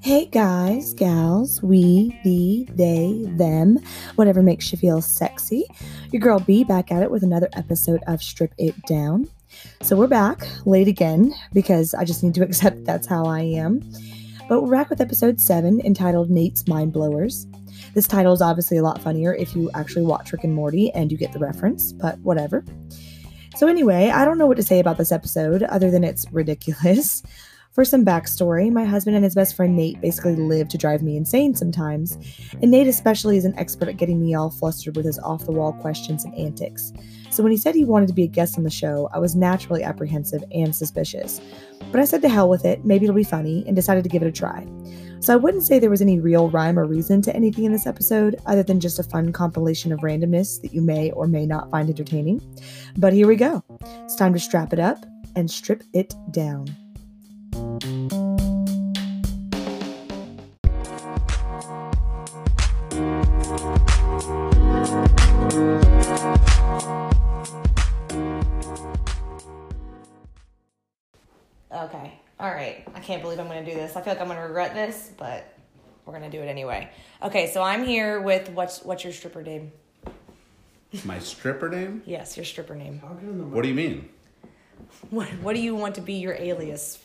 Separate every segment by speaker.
Speaker 1: Hey guys, gals, we, the, they, them, whatever makes you feel sexy. Your girl B back at it with another episode of Strip It Down. So we're back late again because I just need to accept that's how I am. But we're back with episode 7 entitled Nate's Mind Blowers. This title is obviously a lot funnier if you actually watch Rick and Morty and you get the reference, but whatever. So, anyway, I don't know what to say about this episode other than it's ridiculous. For some backstory, my husband and his best friend Nate basically live to drive me insane sometimes, and Nate especially is an expert at getting me all flustered with his off the wall questions and antics. So when he said he wanted to be a guest on the show, I was naturally apprehensive and suspicious. But I said to hell with it, maybe it'll be funny, and decided to give it a try. So I wouldn't say there was any real rhyme or reason to anything in this episode, other than just a fun compilation of randomness that you may or may not find entertaining. But here we go. It's time to strap it up and strip it down.
Speaker 2: Okay. All right. I can't believe I'm going to do this. I feel like I'm going to regret this, but we're going to do it anyway. Okay, so I'm here with what's what's your stripper name?
Speaker 3: My stripper name?
Speaker 2: Yes, your stripper name.
Speaker 3: What do you mean?
Speaker 2: What what do you want to be your alias?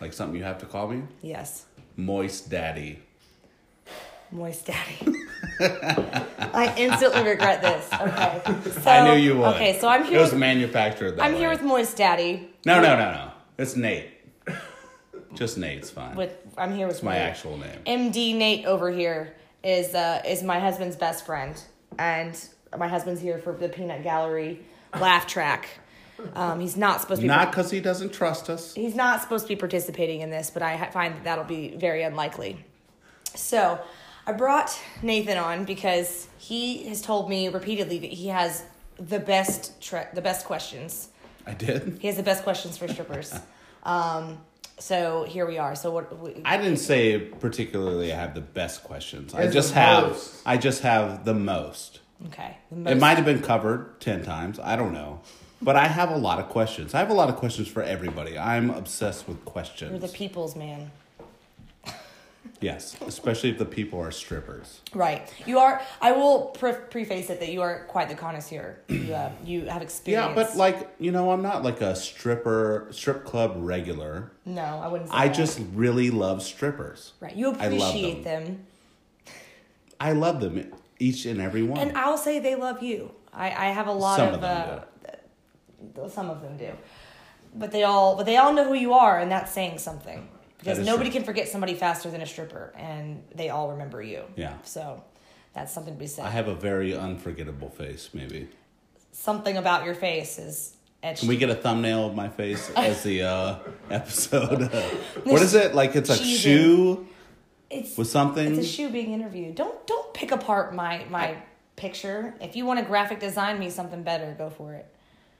Speaker 3: Like something you have to call me?
Speaker 2: Yes.
Speaker 3: Moist Daddy.
Speaker 2: Moist Daddy. I instantly regret this. Okay. So,
Speaker 3: I knew you would.
Speaker 2: Oh, Okay, so I'm
Speaker 3: It
Speaker 2: here
Speaker 3: was
Speaker 2: with,
Speaker 3: manufactured that
Speaker 2: I'm here
Speaker 3: way.
Speaker 2: with Moist Daddy.
Speaker 3: No, no, no, no. It's Nate. Just Nate's fine.
Speaker 2: With I'm here with
Speaker 3: my
Speaker 2: Nate.
Speaker 3: actual name.
Speaker 2: MD Nate over here is uh, is my husband's best friend, and my husband's here for the Peanut Gallery laugh track. Um, he's not supposed to be
Speaker 3: Not because he doesn't trust us.
Speaker 2: he's not supposed to be participating in this, but I ha- find that that'll be very unlikely. So I brought Nathan on because he has told me repeatedly that he has the best tre- the best questions.
Speaker 3: I did.
Speaker 2: He has the best questions for strippers. um, so here we are. So what? We,
Speaker 3: I didn't say particularly I have the best questions. I
Speaker 4: It's
Speaker 3: just
Speaker 4: the
Speaker 3: have
Speaker 4: most.
Speaker 3: I just have the most.
Speaker 2: okay. The
Speaker 3: It
Speaker 2: most-
Speaker 3: might have been covered 10 times. I don't know. But I have a lot of questions. I have a lot of questions for everybody. I'm obsessed with
Speaker 2: You're
Speaker 3: questions.
Speaker 2: the people's man.
Speaker 3: yes, especially if the people are strippers.
Speaker 2: Right. You are. I will pre- preface it that you are quite the connoisseur. You, uh, you have experience.
Speaker 3: Yeah, but like, you know, I'm not like a stripper, strip club regular.
Speaker 2: no, I wouldn't. Say
Speaker 3: I
Speaker 2: that.
Speaker 3: just really love strippers.
Speaker 2: right. You
Speaker 3: I love
Speaker 2: appreciate them.
Speaker 3: I love them, each and every one.
Speaker 2: and I'll say they love you. I, I have a lot
Speaker 3: Some
Speaker 2: of,
Speaker 3: of them
Speaker 2: uh, some of them do, but they all but they all know who you are, and that's saying something because
Speaker 3: is
Speaker 2: nobody
Speaker 3: true.
Speaker 2: can forget somebody faster than a stripper, and they all remember you.
Speaker 3: Yeah.
Speaker 2: So that's something to be said.
Speaker 3: I have a very unforgettable face, maybe.
Speaker 2: something about your face is etched.
Speaker 3: Can we get a thumbnail of my face as the uh, episode? what is it? Like it's a
Speaker 2: Cheesy.
Speaker 3: shoe
Speaker 2: it's
Speaker 3: with something?
Speaker 2: It's a shoe being interviewed. Don't don't pick apart my my picture. If you want to graphic design me something better, go for it.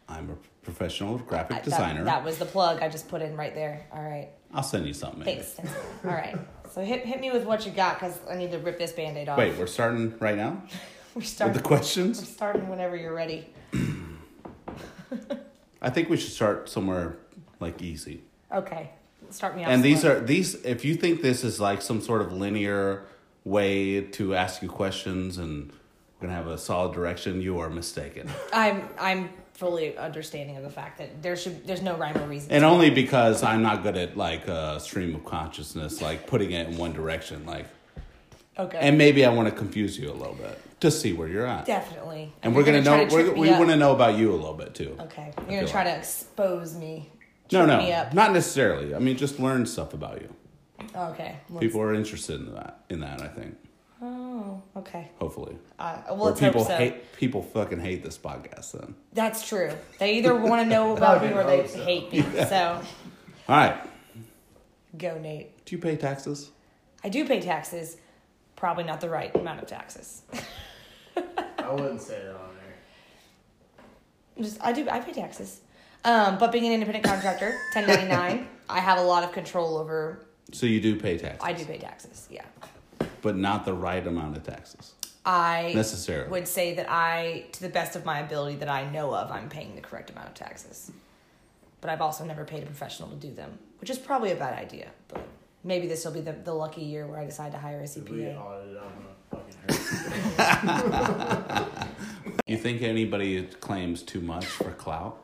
Speaker 3: I'm a professional graphic
Speaker 2: That-
Speaker 3: designer.
Speaker 2: That, was the plug I just put in right there. All right.
Speaker 3: I'll send you something. maybe.
Speaker 2: Thanks. Thanks. All right. So hit hit me with what you got because I need to rip this band-aid off.
Speaker 3: Wait, we're starting right now
Speaker 2: we're
Speaker 3: with
Speaker 2: starting.
Speaker 3: the
Speaker 2: we're
Speaker 3: questions.
Speaker 2: starting whenever you're ready.
Speaker 3: I think we should start somewhere like easy.
Speaker 2: Okay. Start me off.
Speaker 3: And these
Speaker 2: slow.
Speaker 3: are these. If you think this is like some sort of linear way to ask you questions and we're gonna have a solid direction, you are mistaken.
Speaker 2: I'm I'm fully understanding of the fact that there should there's no rhyme or reason.
Speaker 3: and only because I'm not good at like uh, stream of consciousness, like putting it in one direction, like.
Speaker 2: okay.
Speaker 3: And maybe I want to confuse you a little bit to see where you're at.
Speaker 2: Definitely.
Speaker 3: And we're gonna, know.
Speaker 2: try
Speaker 3: We're,
Speaker 2: trip me
Speaker 3: we
Speaker 2: up.
Speaker 3: want to know about you a little bit too.
Speaker 2: Okay.
Speaker 3: I
Speaker 2: You're gonna
Speaker 3: feel
Speaker 2: try
Speaker 3: like.
Speaker 2: to expose me.
Speaker 3: No,
Speaker 2: trip
Speaker 3: no,
Speaker 2: Me up.
Speaker 3: not necessarily. I mean, just learn stuff about you.
Speaker 2: Okay. Let's-
Speaker 3: People are interested in that. In that, I think.
Speaker 2: Oh, okay.
Speaker 3: Hopefully,
Speaker 2: Uh, well,
Speaker 3: or
Speaker 2: let's hope
Speaker 3: people
Speaker 2: so.
Speaker 3: hate people fucking hate this podcast. Then,
Speaker 2: That's true. They either want to know about me
Speaker 4: didn't
Speaker 2: or they
Speaker 4: hope so.
Speaker 2: hate me. So,
Speaker 3: all right.
Speaker 2: go Nate.
Speaker 3: Do you pay taxes?
Speaker 2: I do pay taxes, probably not the right amount of taxes.
Speaker 4: I wouldn't say it on there.
Speaker 2: Just I do I pay taxes, um, but being an independent contractor, ten ninety nine, I have a lot of control over.
Speaker 3: So you do pay taxes,
Speaker 2: I do pay taxes. Yeah,
Speaker 3: but not the right amount of taxes.
Speaker 2: I
Speaker 3: Necessarily.
Speaker 2: would say that I, to the best of my ability that I know of, I'm paying the correct amount of taxes. But I've also never paid a professional to do them, which is probably a bad idea. But maybe this will be the, the lucky year where I decide to hire a
Speaker 4: If we get
Speaker 2: CPA.
Speaker 4: audited, I'm gonna fucking hurt.
Speaker 3: You think anybody claims too much for clout?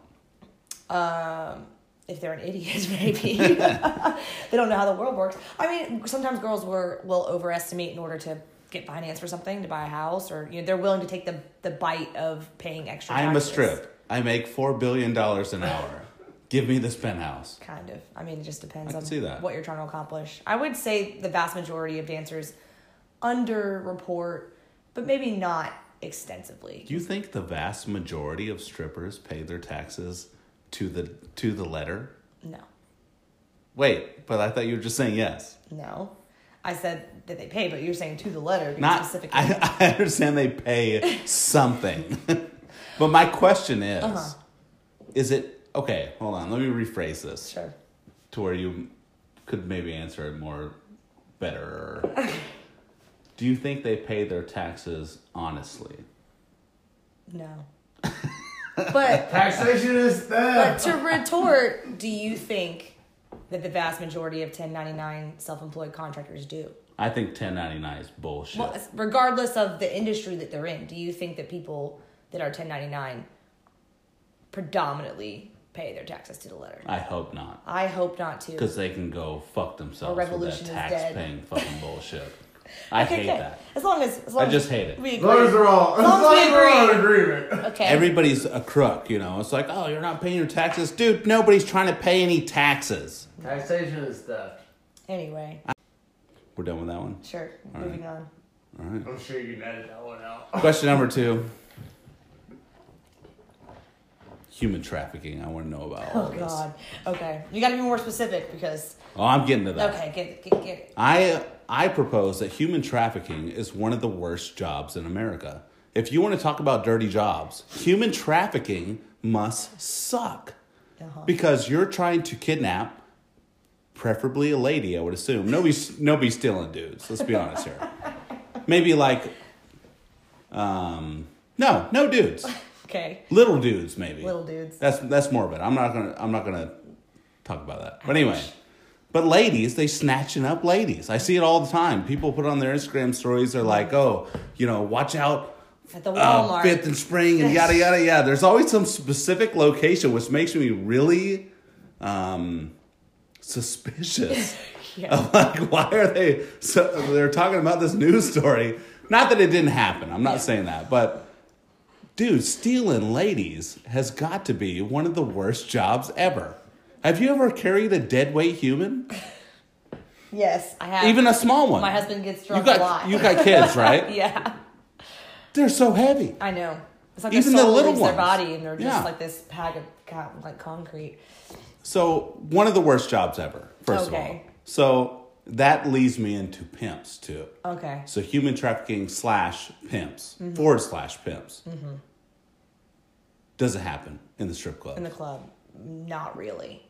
Speaker 2: If they're an idiot, maybe they don't know how the world works. I mean, sometimes girls were, will overestimate in order to get finance for something, to buy a house, or you know, they're willing to take the, the bite of paying extra.
Speaker 3: I'm a
Speaker 2: taxes.
Speaker 3: strip. I make four billion dollars an hour. Give me this penthouse.
Speaker 2: Kind of. I mean, it just depends
Speaker 3: can
Speaker 2: on
Speaker 3: see that.
Speaker 2: what you're trying to accomplish. I would say the vast majority of dancers underreport, but maybe not extensively.
Speaker 3: Do you think the vast majority of strippers pay their taxes to the to the letter?
Speaker 2: No,
Speaker 3: Wait, but I thought you were just saying yes.
Speaker 2: no. I said that they pay, but you're saying to the letter, to be
Speaker 3: Not
Speaker 2: specific.
Speaker 3: I, I understand they pay something. but my question is
Speaker 2: Uh-huh.
Speaker 3: is it okay, hold on, let me rephrase this
Speaker 2: sure.
Speaker 3: to where you could maybe answer it more better. Do you think they pay their taxes honestly?
Speaker 2: No. but,
Speaker 4: Taxation is
Speaker 2: but
Speaker 4: theft.
Speaker 2: to retort, do you think that the vast majority of 1099 self employed contractors do?
Speaker 3: I think 1099 is bullshit.
Speaker 2: Well, it's- regardless of the industry that they're in, do you think that people that are 1099 predominantly pay their taxes to the letter?
Speaker 3: I hope not.
Speaker 2: I hope not to.
Speaker 3: Because they can go fuck themselves
Speaker 2: revolution
Speaker 3: with
Speaker 2: is
Speaker 3: that
Speaker 2: dead.
Speaker 3: tax paying fucking bullshit. I hate that.
Speaker 2: As long as, as long as
Speaker 3: just hate it.
Speaker 2: We
Speaker 4: As
Speaker 2: agree.
Speaker 4: long as we're all, as
Speaker 2: long as
Speaker 4: long
Speaker 2: we
Speaker 4: as we're all in
Speaker 2: agree.
Speaker 4: agreement.
Speaker 2: okay.
Speaker 3: Everybody's a crook, you know. It's like, oh, you're not paying your taxes, dude. Nobody's trying to pay any taxes.
Speaker 4: Taxation is theft.
Speaker 2: anyway,
Speaker 3: We're done with that one.
Speaker 2: sure. Moving on.
Speaker 4: I'm sure you can edit that one out.
Speaker 3: Question number two. Human trafficking. I want to know about all
Speaker 2: Oh
Speaker 3: this.
Speaker 2: God. Okay. You got to be more specific because.
Speaker 3: Oh, I'm getting to that.
Speaker 2: Okay. Get get get.
Speaker 3: I I propose that human trafficking is one of the worst jobs in America. If you want to talk about dirty jobs, human trafficking must suck.
Speaker 2: Uh-huh.
Speaker 3: Because you're trying to kidnap preferably a lady, I would assume. Nobody's nobody's stealing dudes, let's be honest here. Maybe like um no, no dudes.
Speaker 2: Okay.
Speaker 3: Little dudes maybe.
Speaker 2: Little dudes.
Speaker 3: That's that's morbid. I'm not gonna I'm not gonna talk about that. But anyway, but ladies, they snatching up ladies. I see it all the time. People put on their Instagram stories. They're like, oh, you know, watch out.
Speaker 2: At the
Speaker 3: Uh,
Speaker 2: Walmart.
Speaker 3: Fifth and Spring and yada yada yada. There's always some specific location, which makes me really um, suspicious.
Speaker 2: Yeah.
Speaker 3: like, why are they? So they're talking about this news story. Not that it didn't happen. I'm not saying that, but dude, stealing ladies has got to be one of the worst jobs ever. Have you ever carried a dead weight human,
Speaker 2: Yes, I have.
Speaker 3: even a small one?
Speaker 2: my husband gets
Speaker 3: You
Speaker 2: drunk a
Speaker 3: got
Speaker 2: lot.
Speaker 3: you got kids, right?
Speaker 2: yeah.
Speaker 3: They're so heavy.
Speaker 2: I know. It's like
Speaker 3: Even
Speaker 2: their
Speaker 3: the
Speaker 2: soul
Speaker 3: little
Speaker 2: leaves
Speaker 3: ones.
Speaker 2: their body, and they're just
Speaker 3: Yeah.
Speaker 2: like this pack of co- like concrete.
Speaker 3: So one of the worst jobs ever. First of all,
Speaker 2: Okay.
Speaker 3: so that leads me into pimps too.
Speaker 2: Okay.
Speaker 3: So human trafficking slash pimps
Speaker 2: Mm-hmm.
Speaker 3: forward slash pimps doesn't happen in the strip club.
Speaker 2: In the club, not really.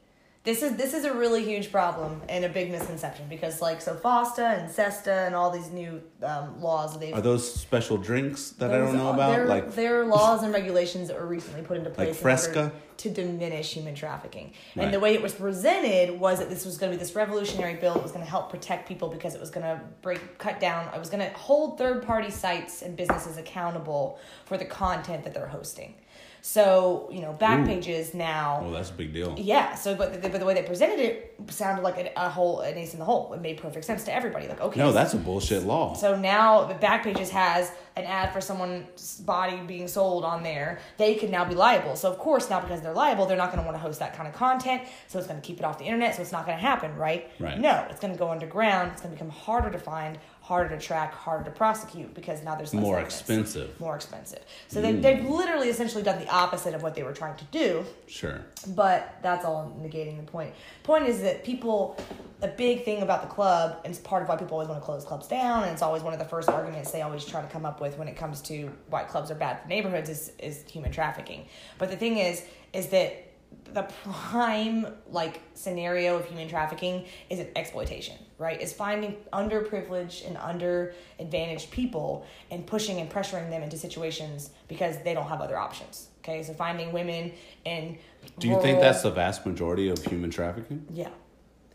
Speaker 2: This is this is a really huge problem and a big misconception because like so FOSTA and SESTA and all these new um, laws that they've
Speaker 3: Are those special drinks that I
Speaker 2: Those
Speaker 3: don't know
Speaker 2: are-
Speaker 3: about?
Speaker 2: There,
Speaker 3: like
Speaker 2: there are laws and regulations that were recently put into place in
Speaker 3: Fresca?
Speaker 2: order to diminish human trafficking.
Speaker 3: Right.
Speaker 2: And the way it was presented was that this was going to be this revolutionary bill that was going to help protect people because it was going to break, cut down. It was going to hold third party sites and businesses accountable for the content that they're hosting. So you know, Backpages now.
Speaker 3: oh, that's a big deal.
Speaker 2: Yeah. So, but the, but the way they presented it sounded like a, a hole, an ace in the hole. It made perfect sense to everybody. Like, okay,
Speaker 3: No, that's a bullshit law.
Speaker 2: so now the Backpages has an ad for someone's body being sold on there. They could now be liable. So of course, now because they're liable, they're not going to want to host that kind of content. So it's going to keep it off the internet. So it's not going to happen, right?
Speaker 3: Right.
Speaker 2: No, it's going to go underground. It's going to become harder to find, harder to track, harder to prosecute because now there's less
Speaker 3: More
Speaker 2: evidence.
Speaker 3: expensive. Hmm.
Speaker 2: More expensive. So they, they've literally essentially done the opposite of what they were trying to do
Speaker 3: sure.
Speaker 2: but that's all negating the point. Point is that people, a big thing about the club, and it's part of why people always want to close clubs down, and it's always one of the first arguments they always try to come up with when it comes to why clubs are bad for neighborhoods is, is human trafficking. But the thing is, is that the prime like scenario of human trafficking is an exploitation, right? Is finding underprivileged and underadvantaged people and pushing and pressuring them into situations because they don't have other options. Okay, so finding women in
Speaker 3: Do you think
Speaker 2: rural-
Speaker 3: that's the vast majority of human trafficking?
Speaker 2: yeah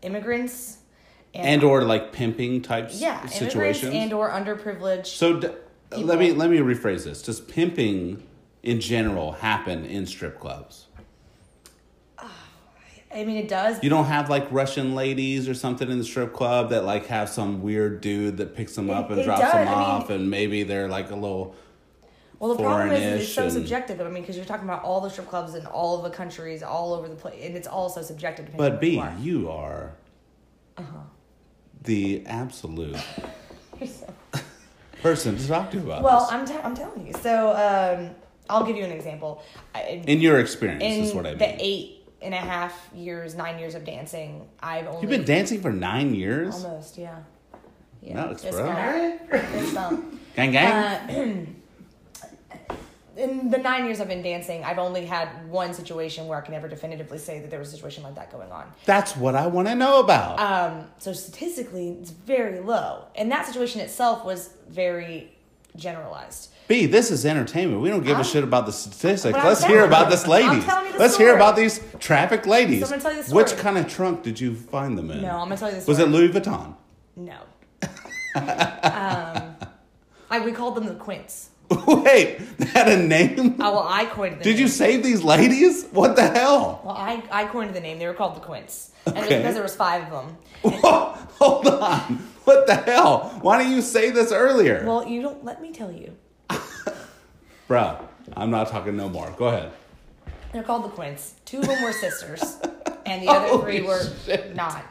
Speaker 2: immigrants
Speaker 3: And or like pimping types
Speaker 2: yeah immigrants
Speaker 3: situations?
Speaker 2: and or underprivileged
Speaker 3: so d- let me let me rephrase this. Does pimping in general happen in strip clubs?
Speaker 2: I mean, it does.
Speaker 3: You don't have like Russian ladies or something in the strip club that like have some weird dude that picks them up and
Speaker 2: it
Speaker 3: drops
Speaker 2: does.
Speaker 3: them
Speaker 2: I mean-
Speaker 3: off, and maybe they're like a little.
Speaker 2: well, the problem is, is it's
Speaker 3: foreignish
Speaker 2: so
Speaker 3: and-
Speaker 2: subjective. I mean, because you're talking about all the strip clubs in all of the countries, all over the place, and it's all so subjective. depending
Speaker 3: But
Speaker 2: on who
Speaker 3: B,
Speaker 2: you are. Uh-huh.
Speaker 3: you are the absolute person to talk to about
Speaker 2: well,
Speaker 3: this.
Speaker 2: I'm, t- I'm telling you. So um, I'll give you an example. I,
Speaker 3: in your experience,
Speaker 2: in
Speaker 3: is what I mean.
Speaker 2: the eight and a half years, nine years of dancing, I've only
Speaker 3: You've been dancing for nine years.
Speaker 2: almost, yeah, yeah,
Speaker 3: No, it's
Speaker 2: fist
Speaker 3: bro.
Speaker 2: bump. Fist bump.
Speaker 3: Gang, gang.
Speaker 2: Uh, in the nine years I've been dancing, I've only had one situation where I can ever definitively say that there was a situation like that going on.
Speaker 3: That's what I want to know about.
Speaker 2: Um, so statistically, it's very low, and that situation itself was very generalized.
Speaker 3: B, this is entertainment. We don't give a
Speaker 2: I'm-
Speaker 3: shit about the statistics.
Speaker 2: Oh. But I'm
Speaker 3: Let's
Speaker 2: telling
Speaker 3: hear
Speaker 2: you.
Speaker 3: about this
Speaker 2: I'm
Speaker 3: lady.
Speaker 2: telling you the
Speaker 3: Let's hear
Speaker 2: story.
Speaker 3: about these trafficked ladies.
Speaker 2: So I'm gonna tell you the
Speaker 3: Which
Speaker 2: story.
Speaker 3: kind of trunk did you find them in?
Speaker 2: No, I'm gonna tell you this.
Speaker 3: Was it Louis Vuitton?
Speaker 2: No. um, I, we called them the Quints.
Speaker 3: Wait, that had a name?
Speaker 2: Oh, well, I coined the
Speaker 3: Did you
Speaker 2: name.
Speaker 3: save these ladies? What the hell?
Speaker 2: Well, I, I coined the name. They were called the Quints. And it was
Speaker 3: Okay.
Speaker 2: because there was five of them.
Speaker 3: Whoa, hold on. What the hell? Why didn't you say this earlier?
Speaker 2: Well, you don't let me tell you.
Speaker 3: Bro, I'm not talking no more. Go ahead.
Speaker 2: They're called the Quints. Two of them were sisters, and the other three
Speaker 3: Holy
Speaker 2: were
Speaker 3: shit.
Speaker 2: not.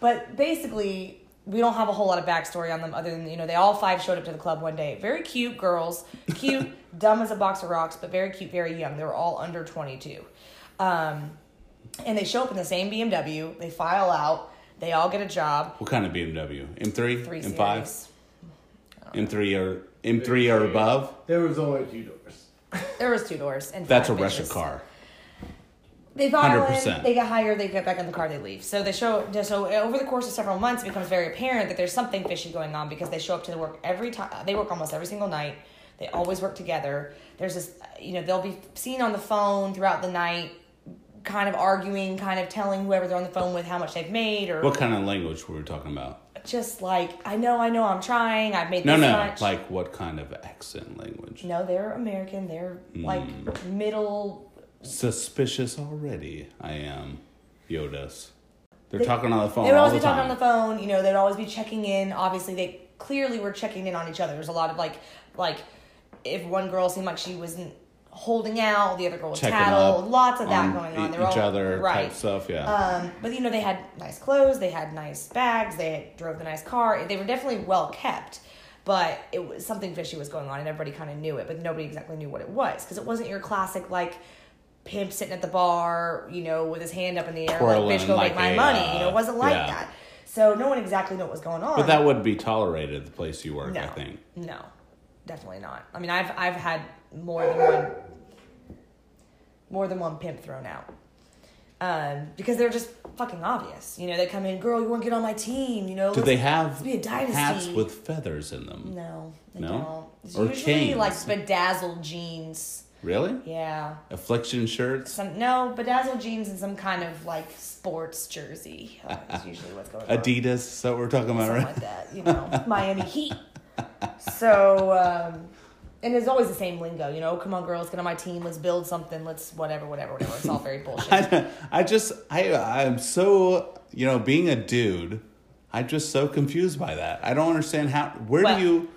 Speaker 2: But basically, we don't have a whole lot of backstory on them other than, you know, they all five showed up to the club one day. Very cute girls, cute, dumb as a box of rocks, but very cute, very young. They were all under 22. Um, and they show up in the same BMW, they file out, they all get a job.
Speaker 3: What kind of BMW? M3?
Speaker 2: Three
Speaker 3: M5?
Speaker 2: series.
Speaker 3: M3 or M3 or above?
Speaker 4: There was only two doors.
Speaker 2: There was two doors and
Speaker 3: That's a
Speaker 2: five
Speaker 3: Russia
Speaker 2: bitches.
Speaker 3: car.
Speaker 2: They file
Speaker 3: 100%.
Speaker 2: in, they get hired, they get back in the car, they leave. So they show so over the course of several months, it becomes very apparent that there's something fishy going on because they show up to the work every time. They work almost every single night. They always work together. There's this, you know, they'll be seen on the phone throughout the night, kind of arguing, kind of telling whoever they're on the phone with how much they've made, or
Speaker 3: What kind of language were we talking about?
Speaker 2: just like, I know, I know, I'm trying, I've made
Speaker 3: No,
Speaker 2: this
Speaker 3: no.
Speaker 2: much.
Speaker 3: Like what kind of accent language?
Speaker 2: no, they're American. They're like
Speaker 3: Hmm.
Speaker 2: middle.
Speaker 3: Suspicious already. I am. Yodas. They're
Speaker 2: They-
Speaker 3: talking on the phone
Speaker 2: They would
Speaker 3: all
Speaker 2: always
Speaker 3: the
Speaker 2: be talking on
Speaker 3: time.
Speaker 2: the phone. You know, they'd always be checking in. Obviously, they clearly were checking in on each other. There's a lot of like, like, if one girl seemed like she wasn't holding out, the other girl would
Speaker 3: Checking
Speaker 2: tattle.
Speaker 3: up
Speaker 2: Lots of that
Speaker 3: on
Speaker 2: going
Speaker 3: e-
Speaker 2: on. They're
Speaker 3: each
Speaker 2: all,
Speaker 3: other
Speaker 2: right?
Speaker 3: type stuff. Yeah.
Speaker 2: Um, but you know, they had nice clothes. They had nice bags. They had, drove the nice car. They were definitely well kept. But it was something fishy was going on, and everybody kind of knew it, but nobody exactly knew what it was because it wasn't your classic like pimp sitting at the bar, you know, with his hand up in the air, like
Speaker 3: Twirling
Speaker 2: bitch, go make
Speaker 3: like
Speaker 2: my
Speaker 3: a,
Speaker 2: money. You know,
Speaker 3: uh,
Speaker 2: it wasn't like
Speaker 3: yeah.
Speaker 2: that. So no one exactly knew what was going on.
Speaker 3: but that would be tolerated at the place you work.
Speaker 2: no,
Speaker 3: I think.
Speaker 2: no, definitely not. I mean, I've I've had more than one more than one pimp thrown out um, because they're just fucking obvious. You know, they come in, girl, you want to get on my team. You know,
Speaker 3: Do
Speaker 2: let's-
Speaker 3: they have
Speaker 2: be a dynasty.
Speaker 3: hats with feathers in them?
Speaker 2: No, they
Speaker 3: No?
Speaker 2: don't. It's
Speaker 3: Or
Speaker 2: usually
Speaker 3: chains.
Speaker 2: like bedazzled jeans.
Speaker 3: Really?
Speaker 2: Yeah,
Speaker 3: Affliction shirts.
Speaker 2: some no bedazzled jeans and some kind of like sports jersey. Uh, is usually what's going on.
Speaker 3: Adidas. Is that what we're talking about,
Speaker 2: something
Speaker 3: right?
Speaker 2: like that, you know, Miami Heat. So, um, and it's always the same lingo, you know, come on, girls, get on my team, let's build something, let's whatever, whatever, whatever. It's all very bullshit.
Speaker 3: I, I just I I'm so you know being a dude, I'm just so confused by that. I don't understand how where
Speaker 2: Well-
Speaker 3: do you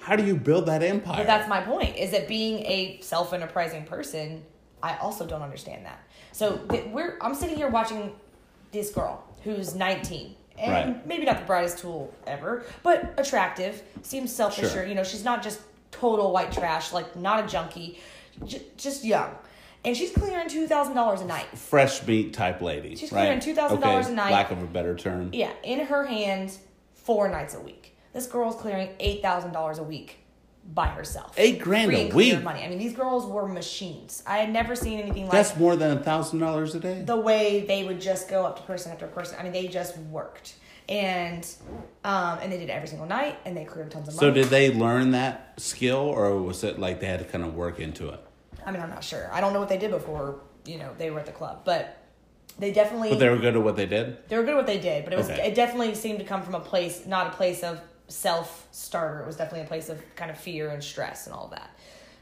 Speaker 3: how do you build that empire?
Speaker 2: But that's my point is that being a self enterprising person, I also don't understand that. So th- we're, I'm sitting here watching this girl who's 19 and
Speaker 3: Right.
Speaker 2: maybe not the brightest tool ever, but attractive, seems self
Speaker 3: Sure.
Speaker 2: assured. You know, she's not just total white trash, like not a junkie, j- just young. And she's clearing $2,000 a night.
Speaker 3: fresh meat type lady.
Speaker 2: She's
Speaker 3: right?
Speaker 2: clearing $2,000
Speaker 3: Okay,
Speaker 2: a night.
Speaker 3: Lack of a better term.
Speaker 2: Yeah, in her hand, four nights a week. This girl's clearing eight thousand dollars a week by herself.
Speaker 3: Eight grand
Speaker 2: Free
Speaker 3: a
Speaker 2: and clear
Speaker 3: week.
Speaker 2: Money. I mean, these girls were machines. I had never seen anything like
Speaker 3: That's more than a thousand dollars a day.
Speaker 2: the way they would just go up to person after person. I mean, they just worked, and um, and they did it every single night, and they cleared tons of money.
Speaker 3: So did they learn that skill, or was it like they had to kind of work into it?
Speaker 2: I mean, I'm not sure. I don't know what they did before. You know, they were at the club, but they definitely
Speaker 3: But they were good at what they did.
Speaker 2: they were good at what they did. But it was
Speaker 3: Okay.
Speaker 2: it definitely seemed to come from a place, not a place of self starter. It was definitely a place of kind of fear and stress and all that.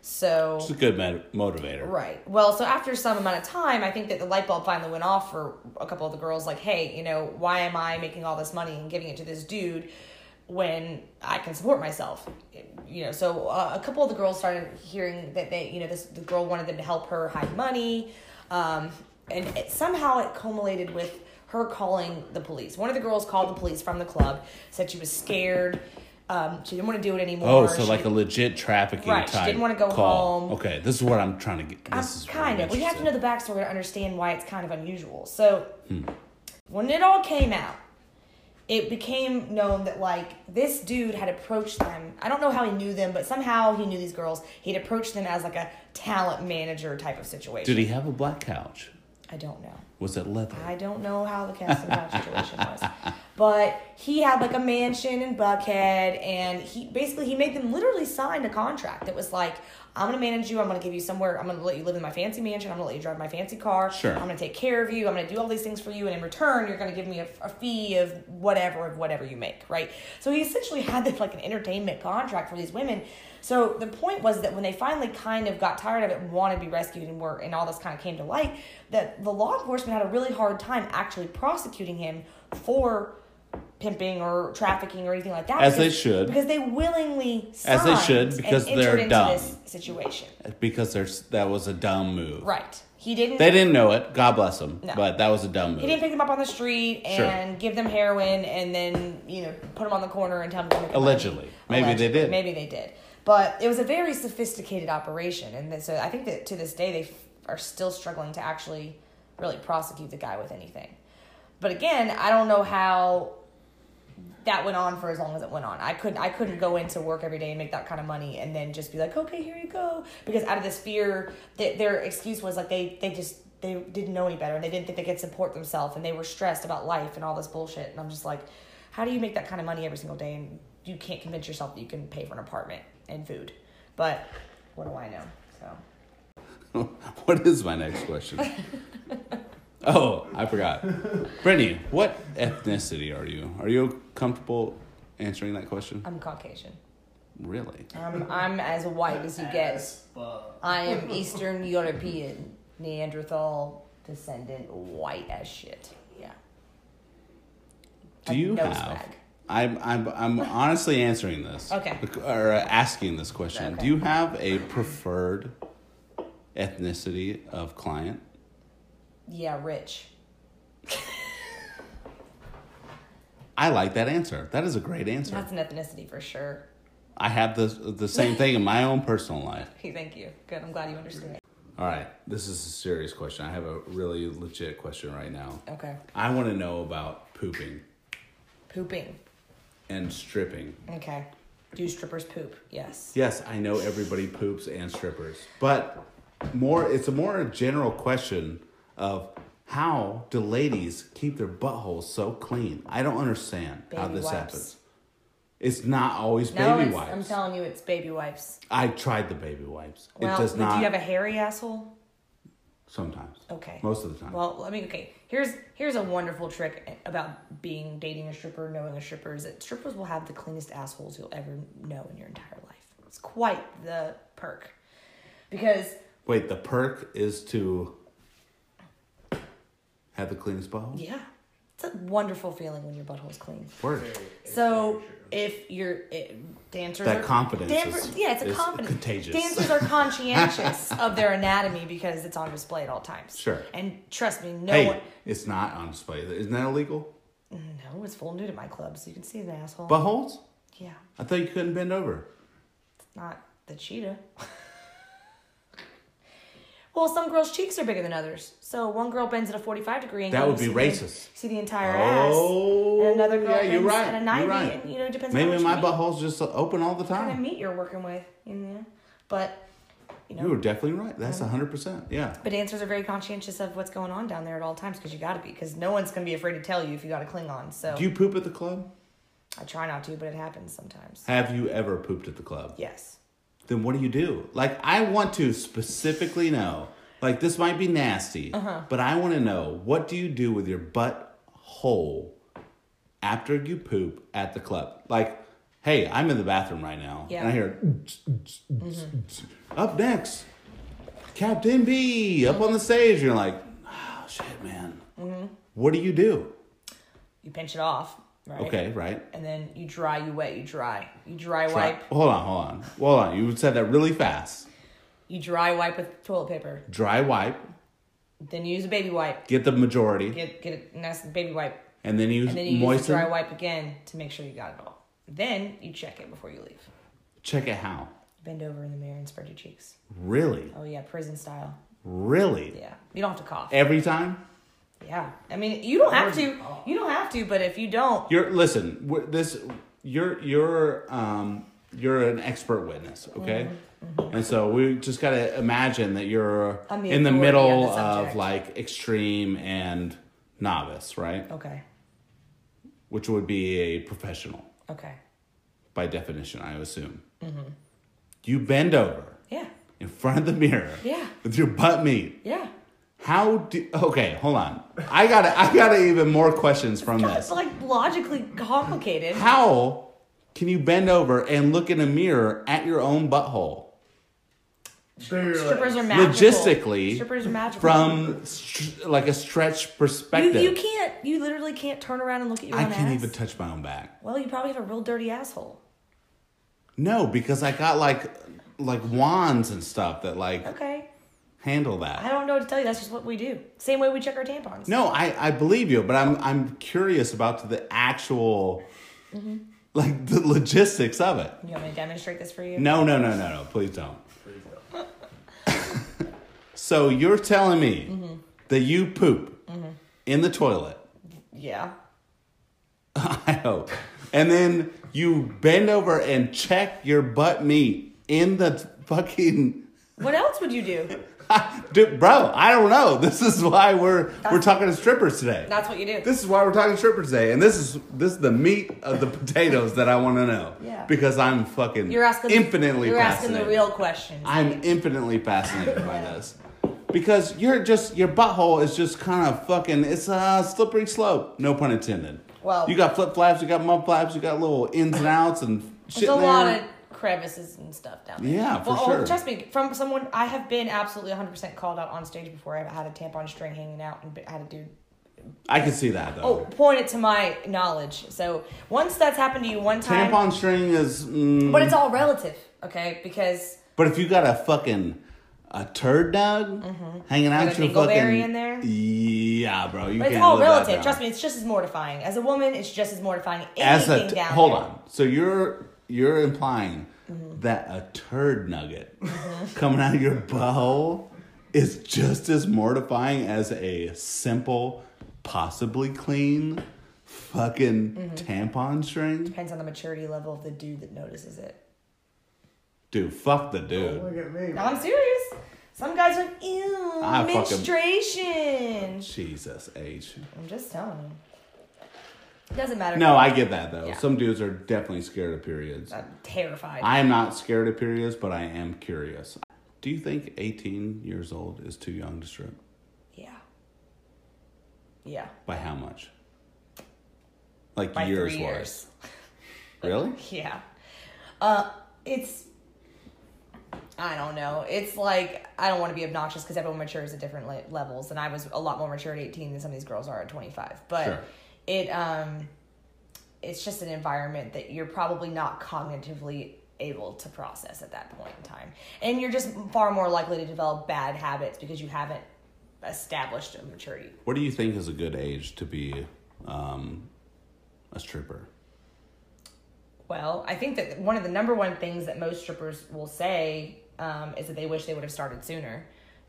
Speaker 2: So
Speaker 3: It's a good mo- motivator.
Speaker 2: Right. Well, so after some amount of time, I think that the light bulb finally went off for a couple of the girls. Like, hey, you know, why am I making all this money and giving it to this dude when I can support myself? You know, so uh, a couple of the girls started hearing that they, you know, this the girl wanted them to help her hide money, um, and it, somehow it culminated with her calling the police. One of the girls called the police from the club, said she was scared. Um, she didn't want to do it anymore.
Speaker 3: Oh, so
Speaker 2: She-
Speaker 3: like a legit trafficking
Speaker 2: Right, she
Speaker 3: type.
Speaker 2: didn't wanna go
Speaker 3: call.
Speaker 2: home.
Speaker 3: Okay, this is what I'm trying to get. This
Speaker 2: I'm
Speaker 3: is
Speaker 2: kind of. We have to know the backstory to understand why it's kind of unusual. So
Speaker 3: Hmm.
Speaker 2: when it all came out, it became known that like this dude had approached them. I don't know how he knew them, but somehow he knew these girls. He'd approached them as like a talent manager type of situation.
Speaker 3: Did he have a black couch?
Speaker 2: I don't know.
Speaker 3: Was it leather?
Speaker 2: I don't know how the casting couch situation was, but he had like a mansion in Buckhead, and he basically he made them literally sign a contract that was like, "I'm gonna manage you. I'm gonna give you somewhere. I'm gonna let you live in my fancy mansion. I'm gonna let you drive my fancy car.
Speaker 3: Sure.
Speaker 2: I'm gonna take care of you. I'm gonna do all these things for you, and in return, you're gonna give me a, a fee of whatever of whatever you make, right? So he essentially had this like an entertainment contract for these women. So the point was that when they finally kind of got tired of it, and wanted to be rescued, and were and all this kind of came to light, that the law enforcement had a really hard time actually prosecuting him for pimping or trafficking or anything like that.
Speaker 3: As they
Speaker 2: because-
Speaker 3: should.
Speaker 2: because they willingly
Speaker 3: As they
Speaker 2: signed
Speaker 3: should,
Speaker 2: and
Speaker 3: because
Speaker 2: entered
Speaker 3: they're
Speaker 2: into
Speaker 3: dumb.
Speaker 2: this situation.
Speaker 3: Because there's that was a dumb move.
Speaker 2: Right. He didn't.
Speaker 3: They didn't know it. God bless them.
Speaker 2: No.
Speaker 3: But that was a dumb
Speaker 2: He
Speaker 3: move.
Speaker 2: didn't pick them up on the street
Speaker 3: Sure.
Speaker 2: and give them heroin and then, you know, put them on the corner and tell them to make money.
Speaker 3: Allegedly. Maybe they
Speaker 2: Allegedly.
Speaker 3: did.
Speaker 2: Maybe they did. But it was a very sophisticated operation. And th- so I think that to this day, they f- are still struggling to actually really prosecute the guy with anything. But again, I don't know how that went on for as long as it went on. I couldn't I couldn't go into work every day and make that kind of money and then just be like, okay, here you go, because out of this fear, that their excuse was like they they just they didn't know any better and they didn't think they could support themselves and they were stressed about life and all this bullshit. And I'm just like, how do you make that kind of money every single day and you can't convince yourself that you can pay for an apartment and food? But what do I know? So
Speaker 3: what is my next question? oh, I forgot. Brittany, what ethnicity are you? Are you comfortable answering that question?
Speaker 2: I'm Caucasian.
Speaker 3: Really?
Speaker 2: I'm I'm as white as you get.
Speaker 4: Yes. Fuck.
Speaker 2: I am Eastern European, Neanderthal descendant, white as shit. Yeah.
Speaker 3: Do
Speaker 2: Like
Speaker 3: you
Speaker 2: nose
Speaker 3: have?
Speaker 2: bag.
Speaker 3: I'm I'm I'm honestly answering this.
Speaker 2: Okay.
Speaker 3: Or uh, asking this question.
Speaker 2: Okay.
Speaker 3: Do you have a preferred ethnicity of client?
Speaker 2: Yeah, rich.
Speaker 3: I like that answer. That is a great answer.
Speaker 2: That's an ethnicity for sure.
Speaker 3: I have the the same thing in my own personal life.
Speaker 2: Hey, thank you. Good. I'm glad you understand.
Speaker 3: All right. This is a serious question. I have a really legit question right now.
Speaker 2: Okay.
Speaker 3: I want to know about pooping
Speaker 2: Pooping.
Speaker 3: and stripping.
Speaker 2: Okay. Do strippers poop? Yes.
Speaker 3: Yes, I know everybody poops and strippers, but more it's a more general question of how do ladies keep their buttholes so clean? I don't understand how
Speaker 2: Baby
Speaker 3: this
Speaker 2: wipes.
Speaker 3: happens. It's not always
Speaker 2: No,
Speaker 3: baby
Speaker 2: it's-
Speaker 3: wipes.
Speaker 2: I'm telling you, it's baby wipes.
Speaker 3: I tried the baby wipes.
Speaker 2: Well,
Speaker 3: it does
Speaker 2: but
Speaker 3: not.
Speaker 2: do you have a hairy asshole?
Speaker 3: sometimes.
Speaker 2: Okay.
Speaker 3: Most of the time.
Speaker 2: Well, I mean, okay. Here's here's a wonderful trick about being dating a stripper, knowing a stripper is that strippers will have the cleanest assholes you'll ever know in your entire life. It's quite the perk, because
Speaker 3: Wait, the perk is to have the cleanest butthole.
Speaker 2: yeah, it's a wonderful feeling when your butthole's clean.
Speaker 3: Word.
Speaker 2: So if you're it, dancers,
Speaker 3: That
Speaker 2: are,
Speaker 3: confidence
Speaker 2: Dancer-
Speaker 3: is-
Speaker 2: yeah, it's a
Speaker 3: is
Speaker 2: confidence.
Speaker 3: contagious.
Speaker 2: Dancers are conscientious of their anatomy because it's on display at all times.
Speaker 3: Sure.
Speaker 2: And trust me, no
Speaker 3: Hey,
Speaker 2: one.
Speaker 3: it's not on display. Isn't that illegal?
Speaker 2: No, it's full nude at my club, so you can see the asshole.
Speaker 3: Buttholes?
Speaker 2: yeah,
Speaker 3: I thought you couldn't bend over.
Speaker 2: not the cheetah. Well, some girls' cheeks are bigger than others. So one girl bends at a 45 degree angle.
Speaker 3: That would
Speaker 2: you
Speaker 3: be
Speaker 2: see the-
Speaker 3: racist.
Speaker 2: see the entire
Speaker 3: Oh,
Speaker 2: ass. And another girl
Speaker 3: yeah,
Speaker 2: bends
Speaker 3: you're right.
Speaker 2: at a
Speaker 3: You're
Speaker 2: 90.
Speaker 3: right.
Speaker 2: And, you know, it depends
Speaker 3: Maybe
Speaker 2: on
Speaker 3: my
Speaker 2: what
Speaker 3: butthole's just open all the
Speaker 2: kind of
Speaker 3: time.
Speaker 2: meat you're working with. You know? But, you know.
Speaker 3: You were definitely right. That's hundred percent. Yeah.
Speaker 2: But dancers are very conscientious of what's going on down there at all times because you got to be because no one's gonna be afraid to tell you if you got a Klingon. So
Speaker 3: Do you poop at the club?
Speaker 2: I try not to, but it happens sometimes.
Speaker 3: Have you ever pooped at the club?
Speaker 2: Yes.
Speaker 3: Then what do you do? Like, I want to specifically know. Like, this might be nasty,
Speaker 2: Uh-huh.
Speaker 3: but I want to know what do you do with your butt hole after you poop at the club? Like, hey, I'm in the bathroom right now,
Speaker 2: Yeah.
Speaker 3: and I hear up next, Captain B up on the stage. You're like, oh shit, man.
Speaker 2: Mm-hmm.
Speaker 3: What do you do?
Speaker 2: You pinch it off. Right.
Speaker 3: Okay, right.
Speaker 2: And then you dry, you wet, you dry. You dry,
Speaker 3: Try-
Speaker 2: wipe.
Speaker 3: Hold on, hold on, hold on. You said that really fast.
Speaker 2: You dry wipe with toilet paper.
Speaker 3: Dry wipe.
Speaker 2: Then you use a baby wipe.
Speaker 3: Get the majority.
Speaker 2: Get get a nice baby wipe.
Speaker 3: and then you,
Speaker 2: And then you use a
Speaker 3: moisten.
Speaker 2: dry wipe again to make sure you got it all. Then you check it before you leave.
Speaker 3: Check it how.
Speaker 2: Bend over in the mirror and spread your cheeks.
Speaker 3: Really,
Speaker 2: Oh yeah, prison style.
Speaker 3: really.
Speaker 2: Yeah. You don't have to cough.
Speaker 3: Every time
Speaker 2: Yeah. I mean, you don't have to. You don't have to, but if you don't,
Speaker 3: you're listen. we're- This you're you're um you're an expert witness, okay?
Speaker 2: Mm-hmm,
Speaker 3: And so we just gotta imagine that you're
Speaker 2: I'm the
Speaker 3: in the
Speaker 2: authority
Speaker 3: middle
Speaker 2: on the
Speaker 3: of
Speaker 2: subject.
Speaker 3: like extreme and novice, right?
Speaker 2: okay.
Speaker 3: Which would be a professional
Speaker 2: Okay.
Speaker 3: by definition, I assume.
Speaker 2: Mm-hmm.
Speaker 3: You bend over
Speaker 2: Yeah.
Speaker 3: in front of the mirror
Speaker 2: Yeah.
Speaker 3: with your butt meat.
Speaker 2: Yeah.
Speaker 3: How do okay, hold on. I got to I got even more questions from
Speaker 2: God,
Speaker 3: this.
Speaker 2: it's like logically complicated.
Speaker 3: How can you bend over and look in a mirror at your own butthole?
Speaker 2: Strippers are magical.
Speaker 3: Logistically,
Speaker 2: Strippers are magical.
Speaker 3: From str- like a stretch
Speaker 2: you,
Speaker 3: perspective,
Speaker 2: you can't. You literally can't turn around and look at your
Speaker 3: I
Speaker 2: own
Speaker 3: can't
Speaker 2: ass.
Speaker 3: even touch my own back.
Speaker 2: well, you probably have a real dirty asshole.
Speaker 3: No, because I got like like wands and stuff that like
Speaker 2: Okay.
Speaker 3: handle
Speaker 2: I
Speaker 3: that.
Speaker 2: don't know what to tell you. That's just what we do. Same way we check our tampons.
Speaker 3: No, I I believe you, but I'm I'm curious about the actual
Speaker 2: Mm-hmm.
Speaker 3: like the logistics of it.
Speaker 2: You want me to demonstrate this for you?
Speaker 3: No, no, no, no, no. Please don't. so you're telling me
Speaker 2: Mm-hmm.
Speaker 3: that you poop in the toilet.
Speaker 2: Yeah.
Speaker 3: I hope. And then you bend over and check your butt meat in the fucking.
Speaker 2: What else would you do?
Speaker 3: Dude, bro, I don't know. This is why we're we're talking to strippers today.
Speaker 2: That's what you do.
Speaker 3: This is why we're talking strippers today, and this is this is the meat of the potatoes that I want to know.
Speaker 2: Yeah.
Speaker 3: Because I'm fucking
Speaker 2: You're asking.
Speaker 3: infinitely
Speaker 2: You're asking the
Speaker 3: fascinated.
Speaker 2: real questions.
Speaker 3: I'm infinitely fascinated by this because you're just your butthole is just kind of fucking. It's a slippery slope, no pun intended.
Speaker 2: Well-
Speaker 3: you got flip flaps, you got mud flaps, you got little ins and outs and shit.
Speaker 2: There's a
Speaker 3: in there.
Speaker 2: lot of crevices and stuff down there.
Speaker 3: Yeah, for
Speaker 2: well,
Speaker 3: sure.
Speaker 2: Oh, trust me, from someone I have been absolutely 100% called out on stage before. I've had a tampon string hanging out and had a dude
Speaker 3: I can see that
Speaker 2: oh
Speaker 3: though.
Speaker 2: point it to my knowledge. So once that's happened to you one time,
Speaker 3: Tampon string is, mm,
Speaker 2: but it's all relative, okay? Because
Speaker 3: but if you got a fucking a turd dog hanging out
Speaker 2: Got Mm-hmm. a
Speaker 3: your
Speaker 2: dingleberry
Speaker 3: fucking
Speaker 2: in there?
Speaker 3: yeah, bro, you
Speaker 2: but it's
Speaker 3: can't
Speaker 2: all
Speaker 3: live that
Speaker 2: relative.
Speaker 3: down.
Speaker 2: Trust me, it's just as mortifying as a woman. It's just as mortifying. Anything
Speaker 3: As a t-
Speaker 2: down
Speaker 3: hold
Speaker 2: there.
Speaker 3: on, so you're you're implying that a turd nugget
Speaker 2: Mm-hmm.
Speaker 3: coming out of your butthole is just as mortifying as a simple, possibly clean, fucking
Speaker 2: Mm-hmm.
Speaker 3: tampon string.
Speaker 2: Depends on the maturity level of the dude that notices it.
Speaker 3: Dude, fuck the
Speaker 2: Oh,
Speaker 3: dude.
Speaker 4: Look at me.
Speaker 2: No, I'm serious. Some guys are like, ew,
Speaker 3: I fucking-
Speaker 2: menstruation.
Speaker 3: Jesus H.
Speaker 2: I'm just telling you. It doesn't matter.
Speaker 3: No, I get that though.
Speaker 2: Yeah.
Speaker 3: Some dudes are definitely scared of periods.
Speaker 2: I'm terrified.
Speaker 3: I am not scared of periods, but I am curious. Do you think 18 years old is too young to strip?
Speaker 2: yeah. Yeah.
Speaker 3: By how much? Like
Speaker 2: By
Speaker 3: years
Speaker 2: three
Speaker 3: worth.
Speaker 2: years.
Speaker 3: Really?
Speaker 2: Yeah. Uh, it's. I don't know. It's like I don't want to be obnoxious because everyone matures at different le- levels, and I was a lot more mature at eighteen than some of these girls are at twenty five. But
Speaker 3: Sure.
Speaker 2: it um, it's just an environment that you're probably not cognitively able to process at that point in time, and you're just far more likely to develop bad habits because you haven't established a maturity.
Speaker 3: What do you think is a good age to be um, a stripper?
Speaker 2: Well, I think that one of the number one things that most strippers will say um, is that they wish they would have started sooner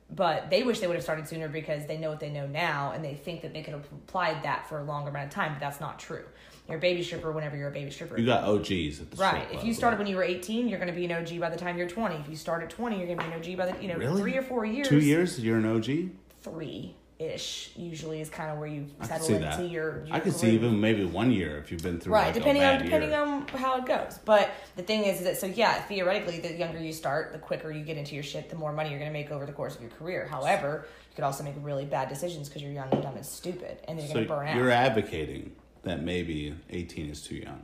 Speaker 2: But they wish they would have started sooner because they know what they know now and they think that they could have applied that for a longer amount of time, but that's not true. You're a baby stripper whenever you're a baby stripper.
Speaker 3: You got OGs at the
Speaker 2: Right.
Speaker 3: strip
Speaker 2: If
Speaker 3: club,
Speaker 2: you started
Speaker 3: right.
Speaker 2: when you were 18, you're going to be an OG by the time you're 20. If you start at 20, you're going to be an OG by the, you know,
Speaker 3: Really?
Speaker 2: three or four years.
Speaker 3: two years, you're an OG.
Speaker 2: Three ish usually is kind of where you
Speaker 3: I can
Speaker 2: settle
Speaker 3: see
Speaker 2: into
Speaker 3: that.
Speaker 2: your, your
Speaker 3: I could see
Speaker 2: groove.
Speaker 3: even maybe one year if you've been through
Speaker 2: Right,
Speaker 3: like, a
Speaker 2: depending on
Speaker 3: bad
Speaker 2: depending
Speaker 3: year.
Speaker 2: on how it goes. But the thing is, is that so yeah, theoretically, the younger you start, the quicker you get into your shit, the more money you're going to make over the course of your career. However, you could also make really bad decisions because you're young and dumb and stupid, and then you're going to burn
Speaker 3: So
Speaker 2: out.
Speaker 3: you're advocating that maybe 18 is too young.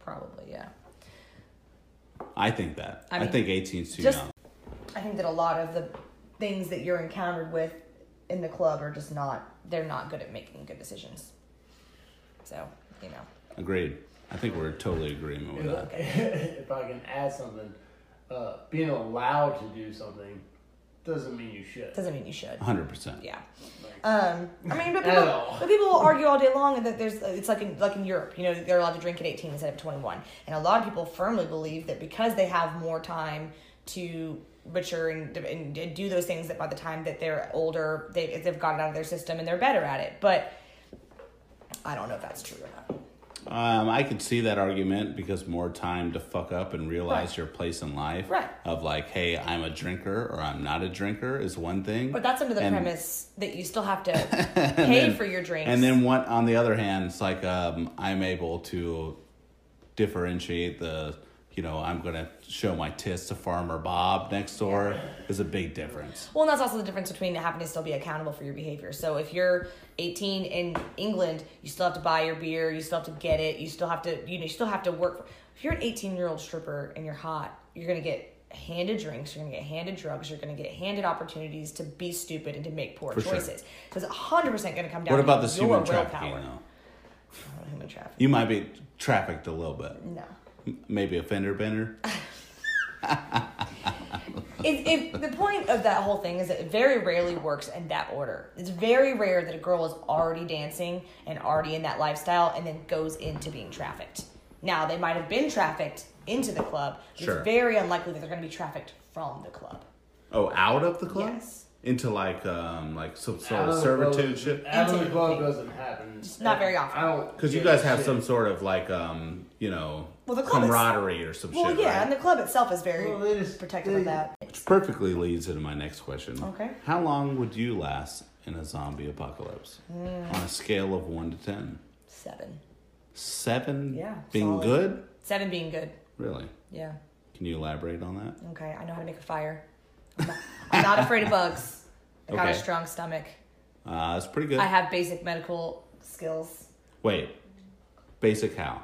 Speaker 2: Probably, yeah.
Speaker 3: I think that. I,
Speaker 2: I mean,
Speaker 3: think 18 is too
Speaker 2: just-
Speaker 3: young.
Speaker 2: I think that a lot of the things that you're encountered with in the club are just not they're not good at making good decisions. So, you know.
Speaker 3: Agreed. I think we're totally agreement with that.
Speaker 4: if I can add something, uh, being allowed to do something doesn't mean you should.
Speaker 2: Doesn't mean you should.
Speaker 3: 100%.
Speaker 2: Yeah. Um, I mean, but
Speaker 4: At
Speaker 2: people,
Speaker 4: all.
Speaker 2: but people will argue all day long that there's uh, it's like in like in Europe, you know, they're allowed to drink at 18 instead of 21, and a lot of people firmly believe that because they have more time to mature and, and, and do those things, that by the time that they're older, they they've got it out of their system and they're better at it. But I don't know if that's true or not.
Speaker 3: Um, I could see that argument because more time to fuck up and realize
Speaker 2: Right.
Speaker 3: your place in life
Speaker 2: Right.
Speaker 3: of like, hey, I'm a drinker or I'm not a drinker is one thing.
Speaker 2: But that's under the
Speaker 3: And-
Speaker 2: premise that you still have to pay for your drinks.
Speaker 3: And then what? On the other hand, it's like um, I'm able to differentiate the. You know, I'm gonna show my tits to Farmer Bob next door. Is a big difference.
Speaker 2: well, and that's also the difference between having to still be accountable for your behavior. So if you're 18 in England, you still have to buy your beer, you still have to get it, you still have to, you know, you still have to work. For, if you're an 18 year old stripper and you're hot, you're gonna get handed drinks, you're gonna get handed drugs, you're gonna get handed opportunities to be stupid and to make poor
Speaker 3: For sure.
Speaker 2: choices. So it's 100 percent gonna come down.
Speaker 3: What
Speaker 2: to
Speaker 3: about this
Speaker 2: your
Speaker 3: human
Speaker 2: willpower.
Speaker 3: trafficking? Though
Speaker 2: Oh, Human trafficking.
Speaker 3: you might be trafficked a little bit,
Speaker 2: No.
Speaker 3: M- maybe a fender bender.
Speaker 2: if, if the point of that whole thing is that it very rarely works in that order. It's very rare that a girl is already dancing and already in that lifestyle and then goes into being trafficked. Now they might have been trafficked into the club. but
Speaker 3: Sure.
Speaker 2: It's very unlikely that they're going to be trafficked from the club.
Speaker 3: Oh, out of the club?
Speaker 2: Yes.
Speaker 3: Into like um like some sort
Speaker 4: Out
Speaker 3: of
Speaker 4: of the
Speaker 3: servitude
Speaker 4: club-
Speaker 3: shit.
Speaker 4: Out of the
Speaker 2: Intimate
Speaker 4: club
Speaker 2: thing.
Speaker 4: doesn't happen. It's
Speaker 2: not very often.
Speaker 4: I don't.
Speaker 3: Because you
Speaker 4: give a
Speaker 3: guys have
Speaker 4: shit.
Speaker 3: some sort of like um you know
Speaker 2: Well, the club is-
Speaker 3: camaraderie or some
Speaker 2: Well,
Speaker 3: shit.
Speaker 2: yeah,
Speaker 3: right?
Speaker 2: and the club itself is very
Speaker 4: Well, they just-
Speaker 2: protective
Speaker 4: they-
Speaker 2: of that.
Speaker 3: Which perfectly leads into my next question.
Speaker 2: Okay.
Speaker 3: How long would you last in a zombie apocalypse?
Speaker 2: Mm.
Speaker 3: On a scale of one to ten.
Speaker 2: Seven,
Speaker 3: Seven
Speaker 2: Yeah,
Speaker 3: being
Speaker 2: solid.
Speaker 3: good?
Speaker 2: seven being good.
Speaker 3: Really?
Speaker 2: Yeah.
Speaker 3: Can you elaborate on that?
Speaker 2: Okay, I know how to make a fire. I'm not, I'm not afraid of bugs. I got a
Speaker 3: Okay.
Speaker 2: strong stomach.
Speaker 3: Uh it's pretty good.
Speaker 2: I have basic medical skills.
Speaker 3: Wait. Basic how?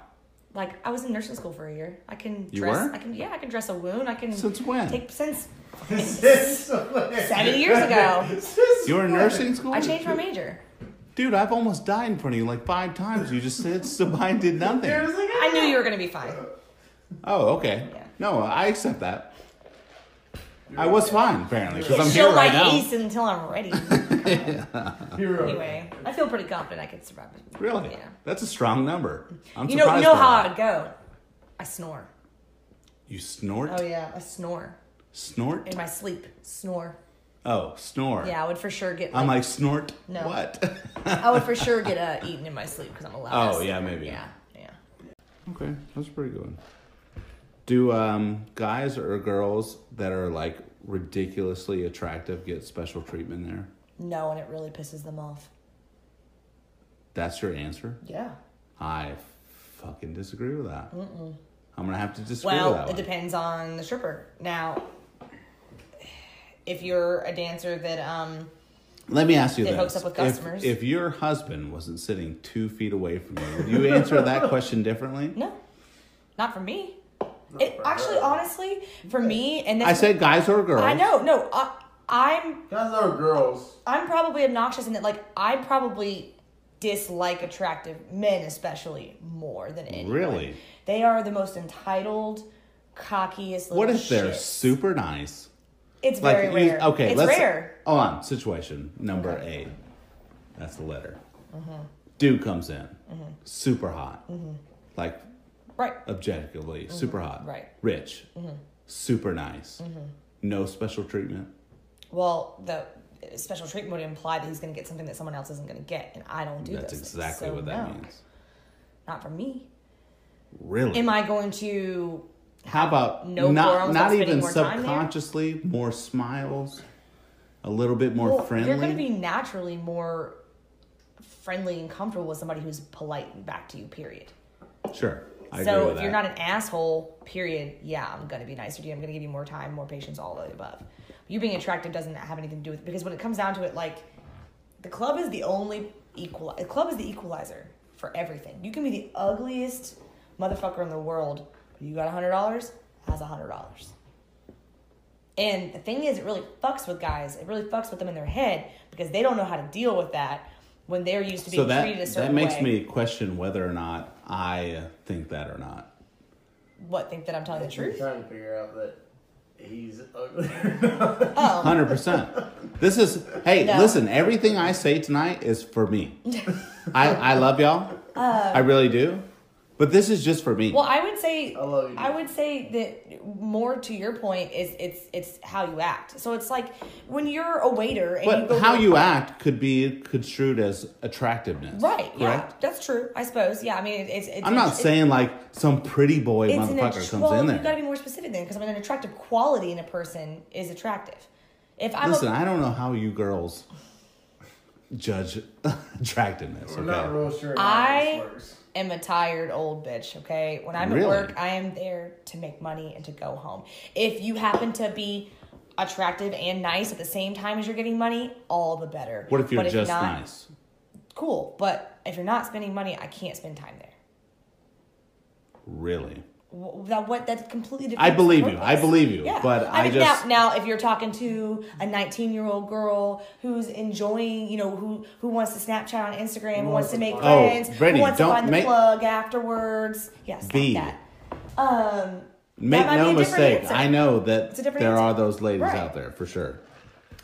Speaker 2: like I was in nursing school for a year. I can
Speaker 3: You
Speaker 2: dress.
Speaker 3: were?
Speaker 2: I can yeah. I can dress a wound. I can
Speaker 3: Since when?
Speaker 2: take since
Speaker 4: This is-
Speaker 2: seven years ago.
Speaker 4: this is-
Speaker 3: you were in nursing school?
Speaker 2: I changed my major.
Speaker 3: Dude, I've almost died in front of you like five times. You just said Sabine did nothing.
Speaker 4: There's like
Speaker 2: I knew you were gonna be fine.
Speaker 3: Oh, okay.
Speaker 2: Yeah.
Speaker 3: No, I accept that. I was fine apparently because I'm
Speaker 2: Show
Speaker 3: here right
Speaker 2: my
Speaker 3: now.
Speaker 2: ace until I'm ready.
Speaker 4: a hero.
Speaker 2: anyway, I feel pretty confident I could survive. it.
Speaker 3: Really?
Speaker 2: Yeah.
Speaker 3: That's a strong number. I'm
Speaker 2: You know, you
Speaker 3: surprised
Speaker 2: know
Speaker 3: by
Speaker 2: how
Speaker 3: that.
Speaker 2: I would go. I snore.
Speaker 3: You snort?
Speaker 2: Oh yeah, I snore
Speaker 3: Snort?
Speaker 2: in my sleep. Snore.
Speaker 3: Oh, snore.
Speaker 2: Yeah, I would for sure get.
Speaker 3: I'm
Speaker 2: like,
Speaker 3: like snort.
Speaker 2: No.
Speaker 3: What?
Speaker 2: I would for sure get uh, eaten in my sleep because I'm a loud.
Speaker 3: Oh,
Speaker 2: ass
Speaker 3: yeah,
Speaker 2: sleeper.
Speaker 3: maybe.
Speaker 2: Yeah, yeah.
Speaker 3: okay, that's a pretty good. one. Do um, guys or girls that are like ridiculously attractive get special treatment there?
Speaker 2: No, and it really pisses them off.
Speaker 3: That's your answer?
Speaker 2: Yeah.
Speaker 3: I fucking disagree with that. I'm gonna have to disagree with that.
Speaker 2: Well, it
Speaker 3: one.
Speaker 2: depends on the stripper. Now, if you're a dancer that um,
Speaker 3: Let me ask you
Speaker 2: It
Speaker 3: this:
Speaker 2: hooks up with
Speaker 3: If-
Speaker 2: customers.
Speaker 3: If, your husband wasn't sitting two feet away from you, would you answer that question differently?
Speaker 2: no, not for me. It
Speaker 4: for
Speaker 2: actually,
Speaker 4: her.
Speaker 2: honestly, for me, and
Speaker 3: I
Speaker 2: that's
Speaker 3: said guys or girls.
Speaker 2: I know, no, I, I'm
Speaker 4: Guys are girls.
Speaker 2: I'm probably obnoxious in that, like, I probably dislike attractive men, especially more than anyone.
Speaker 3: Really?
Speaker 2: they are the most entitled, cockiest. Little
Speaker 3: What if they're
Speaker 2: shits.
Speaker 3: super nice?
Speaker 2: It's
Speaker 3: Like
Speaker 2: very
Speaker 3: you-
Speaker 2: rare.
Speaker 3: okay,
Speaker 2: it's
Speaker 3: let's
Speaker 2: rare.
Speaker 3: hold on. Situation number eight. That's the letter.
Speaker 2: Mm-hmm.
Speaker 3: Dude comes in, super hot, like
Speaker 2: Right.
Speaker 3: objectively super hot.
Speaker 2: Mm-hmm. Right. Mm-hmm.
Speaker 3: Rich, super nice. No special treatment.
Speaker 2: well, the special treatment would imply that he's going to get something that someone else isn't going to get, and I don't do
Speaker 3: That's
Speaker 2: those things.
Speaker 3: exactly
Speaker 2: So,
Speaker 3: what that
Speaker 2: no,
Speaker 3: means.
Speaker 2: Not for me.
Speaker 3: Really?
Speaker 2: Am I going to?
Speaker 3: How about
Speaker 2: no
Speaker 3: not
Speaker 2: quorums,
Speaker 3: not
Speaker 2: I'm spending
Speaker 3: even
Speaker 2: more time there?
Speaker 3: subconsciously more smiles, a little bit more
Speaker 2: Well, you're
Speaker 3: friendly?
Speaker 2: going to be naturally more friendly and comfortable with somebody who's polite back to you. Period.
Speaker 3: sure.
Speaker 2: so
Speaker 3: I agree
Speaker 2: if
Speaker 3: with
Speaker 2: you're
Speaker 3: that.
Speaker 2: not an asshole, period, yeah, I'm gonna be nicer to you. I'm gonna give you more time, more patience, all of the above. You being attractive doesn't have anything to do with because when it comes down to it, like the club is the only equal. The club is the equalizer for everything. You can be the ugliest motherfucker in the world, but you got a hundred dollars, has a hundred dollars. And the thing is, it really fucks with guys. It really fucks with them in their head because they don't know how to deal with that when they're used to being
Speaker 3: so that
Speaker 2: treated a certain
Speaker 3: that makes
Speaker 2: way.
Speaker 3: me question whether or not I think that or not.
Speaker 2: what think that I'm telling the
Speaker 4: I'm
Speaker 2: truth.
Speaker 4: trying to figure out that he's ugly.
Speaker 2: Oh,
Speaker 3: Hundred percent. This is hey,
Speaker 2: No.
Speaker 3: listen. Everything I say tonight is for me. I I love y'all. I really do. But this is just for me.
Speaker 2: Um, Well, I would say I,
Speaker 4: love you, dude.
Speaker 2: would say that more to your point is it's it's how you act. So it's like when you're a waiter and you
Speaker 3: but
Speaker 2: go
Speaker 3: how
Speaker 2: to a-
Speaker 3: you act could be construed as attractiveness.
Speaker 2: right? Yeah,
Speaker 3: Correct.
Speaker 2: that's true. I suppose. Yeah, I mean it, it's, it's.
Speaker 3: I'm not
Speaker 2: it's-
Speaker 3: saying like some pretty boy
Speaker 2: it's an
Speaker 3: motherfucker
Speaker 2: attr-
Speaker 3: comes
Speaker 2: well,
Speaker 3: in
Speaker 2: You got to
Speaker 3: there.
Speaker 2: be more specific then, because I mean, an attractive quality in a person is attractive. If I'm
Speaker 3: Listen,
Speaker 2: a,
Speaker 3: I don't know how you girls judge attractiveness.
Speaker 4: I'm not
Speaker 3: Okay.
Speaker 4: real sure how
Speaker 2: I
Speaker 4: this works.
Speaker 2: am a tired old bitch, okay? When I'm
Speaker 3: Really?
Speaker 2: at work, I am there to make money and to go home. If you happen to be attractive and nice at the same time as you're getting money, all the better.
Speaker 3: What if you're
Speaker 2: But
Speaker 3: just
Speaker 2: not,
Speaker 3: nice?
Speaker 2: Cool, but if you're not spending money, I can't spend time there.
Speaker 3: Really?
Speaker 2: Wh- That what that's completely different.
Speaker 3: I believe you. I believe you.
Speaker 2: Yeah.
Speaker 3: But I,
Speaker 2: mean,
Speaker 3: just
Speaker 2: now, now if you're talking to a 19 year old girl who's enjoying, you know, who who wants to Snapchat on Instagram, who wants to make
Speaker 4: Oh,
Speaker 2: friends,
Speaker 3: Brittany,
Speaker 2: who wants
Speaker 3: don't
Speaker 2: to find
Speaker 3: make-
Speaker 2: the plug afterwards. Yes,
Speaker 3: Be.
Speaker 2: that. Um,
Speaker 3: make
Speaker 2: might be a
Speaker 3: no
Speaker 2: different
Speaker 3: mistake.
Speaker 2: answer.
Speaker 3: I know that
Speaker 2: a
Speaker 3: there
Speaker 2: different answer.
Speaker 3: are those ladies
Speaker 2: Right.
Speaker 3: out there for sure.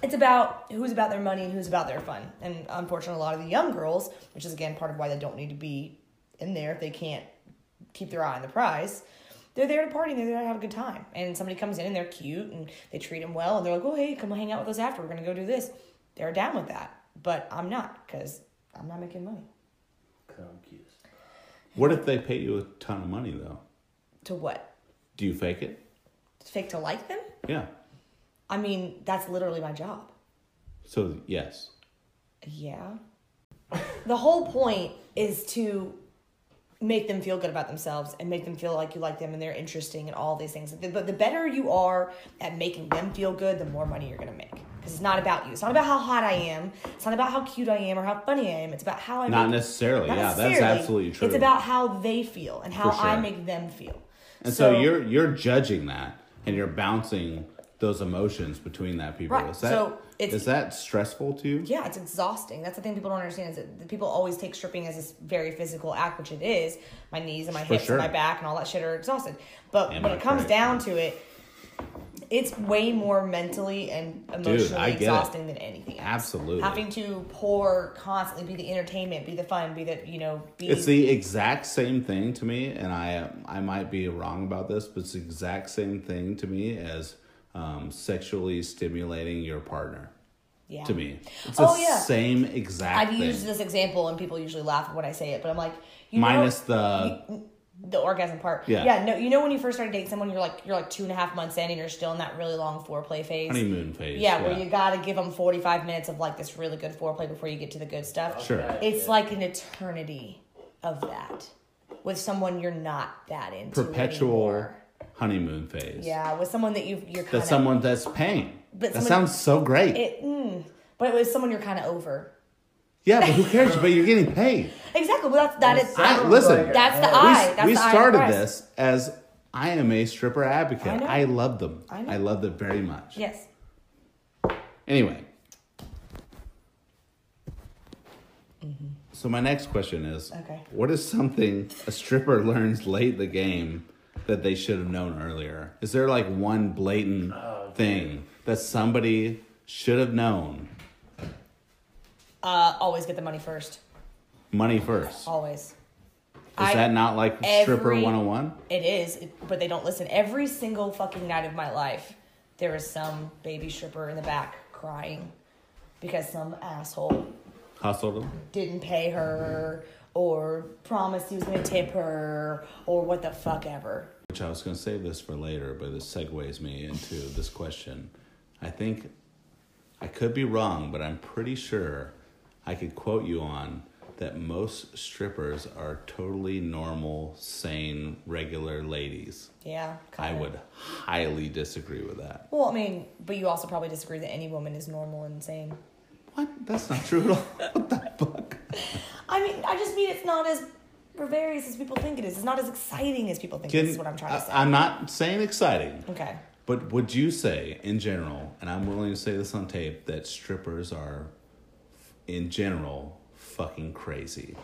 Speaker 2: it's about who's about their money and who's about their fun. And unfortunately, a lot of the young girls, which is again part of why they don't need to be in there if they can't keep their eye on the prize. They're there to party. They're there to have a good time. And somebody comes in and they're cute and they treat them well. And they're like, "Oh, hey, come hang out with us after. We're gonna go do this." They're down with that, but I'm not because I'm not making money.
Speaker 4: Concussed.
Speaker 3: What if they pay you a ton of money though?
Speaker 2: To what?
Speaker 3: Do you fake it?
Speaker 2: Fake to like them?
Speaker 3: Yeah.
Speaker 2: I mean, that's literally my job.
Speaker 3: So yes.
Speaker 2: Yeah. the whole point is to make them feel good about themselves and make them feel like you like them and they're interesting and all these things. But the, the better you are at making them feel good, the more money you're going to make. Because it's not about you. It's not about how hot I am. It's not about how cute I am or how funny I am. It's about how I
Speaker 3: Not
Speaker 2: make-
Speaker 3: necessarily.
Speaker 2: Not
Speaker 3: yeah,
Speaker 2: necessarily.
Speaker 3: that's absolutely true.
Speaker 2: It's about how they feel and how
Speaker 3: For
Speaker 2: I
Speaker 3: sure.
Speaker 2: make them feel.
Speaker 3: And so, you're you're judging that and you're bouncing those emotions between that people.
Speaker 2: Right.
Speaker 3: Is that
Speaker 2: So it's-
Speaker 3: is that stressful to you?
Speaker 2: yeah, it's exhausting. That's the thing people don't understand is that the people always take stripping as this very physical act, which it is. My knees and my
Speaker 3: For
Speaker 2: hips
Speaker 3: sure.
Speaker 2: and my back and all that shit are exhausted. But
Speaker 3: And
Speaker 2: when
Speaker 3: my
Speaker 2: it comes
Speaker 3: crack.
Speaker 2: down to it, it's way more mentally and emotionally
Speaker 3: I get it.
Speaker 2: exhausting than anything else.
Speaker 3: Absolutely.
Speaker 2: Having to pour constantly, be the entertainment, be the fun, be the you know, be
Speaker 3: It's the exact same thing to me, and I I might be wrong about this, but it's the exact same thing to me as um, sexually stimulating your partner.
Speaker 2: yeah.
Speaker 3: To me, it's
Speaker 2: Oh,
Speaker 3: the
Speaker 2: yeah.
Speaker 3: same exact
Speaker 2: I've
Speaker 3: thing.
Speaker 2: used this example and people usually laugh when I say it, but I'm like, you know-
Speaker 3: minus the
Speaker 2: the orgasm part.
Speaker 3: Yeah.
Speaker 2: Yeah. No, you know when you first started dating someone, you're like you're like two and a half months in, and you're still in that really long foreplay phase.
Speaker 3: honeymoon phase.
Speaker 2: Yeah, where you gotta give them 45 minutes of like this really good foreplay before you get to the good stuff.
Speaker 3: sure.
Speaker 2: It's like an eternity of that with someone you're not that into.
Speaker 3: Perpetual
Speaker 2: anymore.
Speaker 3: honeymoon phase.
Speaker 2: Yeah, with someone that you you're kind
Speaker 3: That's
Speaker 2: of.
Speaker 3: someone that's paying.
Speaker 2: But
Speaker 3: that
Speaker 2: someone-
Speaker 3: sounds so great.
Speaker 2: It, mm, but with someone you're kind of over.
Speaker 3: yeah, but who cares? but you're getting paid.
Speaker 2: Exactly. Well, that's that is.
Speaker 3: I, listen,
Speaker 4: like
Speaker 2: that's the
Speaker 4: We-
Speaker 2: eye. that's
Speaker 3: we
Speaker 2: the eye of
Speaker 3: started
Speaker 2: Christ.
Speaker 3: this as I am a stripper advocate.
Speaker 2: I know.
Speaker 3: I, love them.
Speaker 2: I
Speaker 3: I,
Speaker 2: know.
Speaker 3: love them very much.
Speaker 2: Yes.
Speaker 3: Anyway. So my next question is
Speaker 2: Okay.
Speaker 3: what is something a stripper learns late the game that they should have known earlier? Is there like one blatant thing that somebody should have known?
Speaker 2: Uh, always get the money first.
Speaker 3: Money first. Is
Speaker 2: Always. Is
Speaker 3: that not like stripper
Speaker 2: every-
Speaker 3: 101?
Speaker 2: It is, it- but they don't listen. Every single fucking night of my life, there is some baby stripper in the back crying because some asshole
Speaker 3: Hustled them.
Speaker 2: didn't pay her or promised he was going to tip her or what the fuck ever.
Speaker 3: Which I was going to save this for later, but it segues me into this question. I think I could be wrong, but I'm pretty sure I could quote you on that most strippers are totally normal, sane, regular ladies.
Speaker 2: Yeah.
Speaker 3: I
Speaker 2: kinda.
Speaker 3: would highly disagree with that.
Speaker 2: Well, I mean, but you also probably disagree that any woman is normal and sane.
Speaker 3: What? That's not true at all.
Speaker 2: I mean, I just mean it's not as various as people think it is. It's not as exciting as people think it is, is what I'm trying to say.
Speaker 3: I, am not saying exciting,
Speaker 2: okay.
Speaker 3: but would you say in general, and I'm willing to say this on tape, that strippers are in general fucking crazy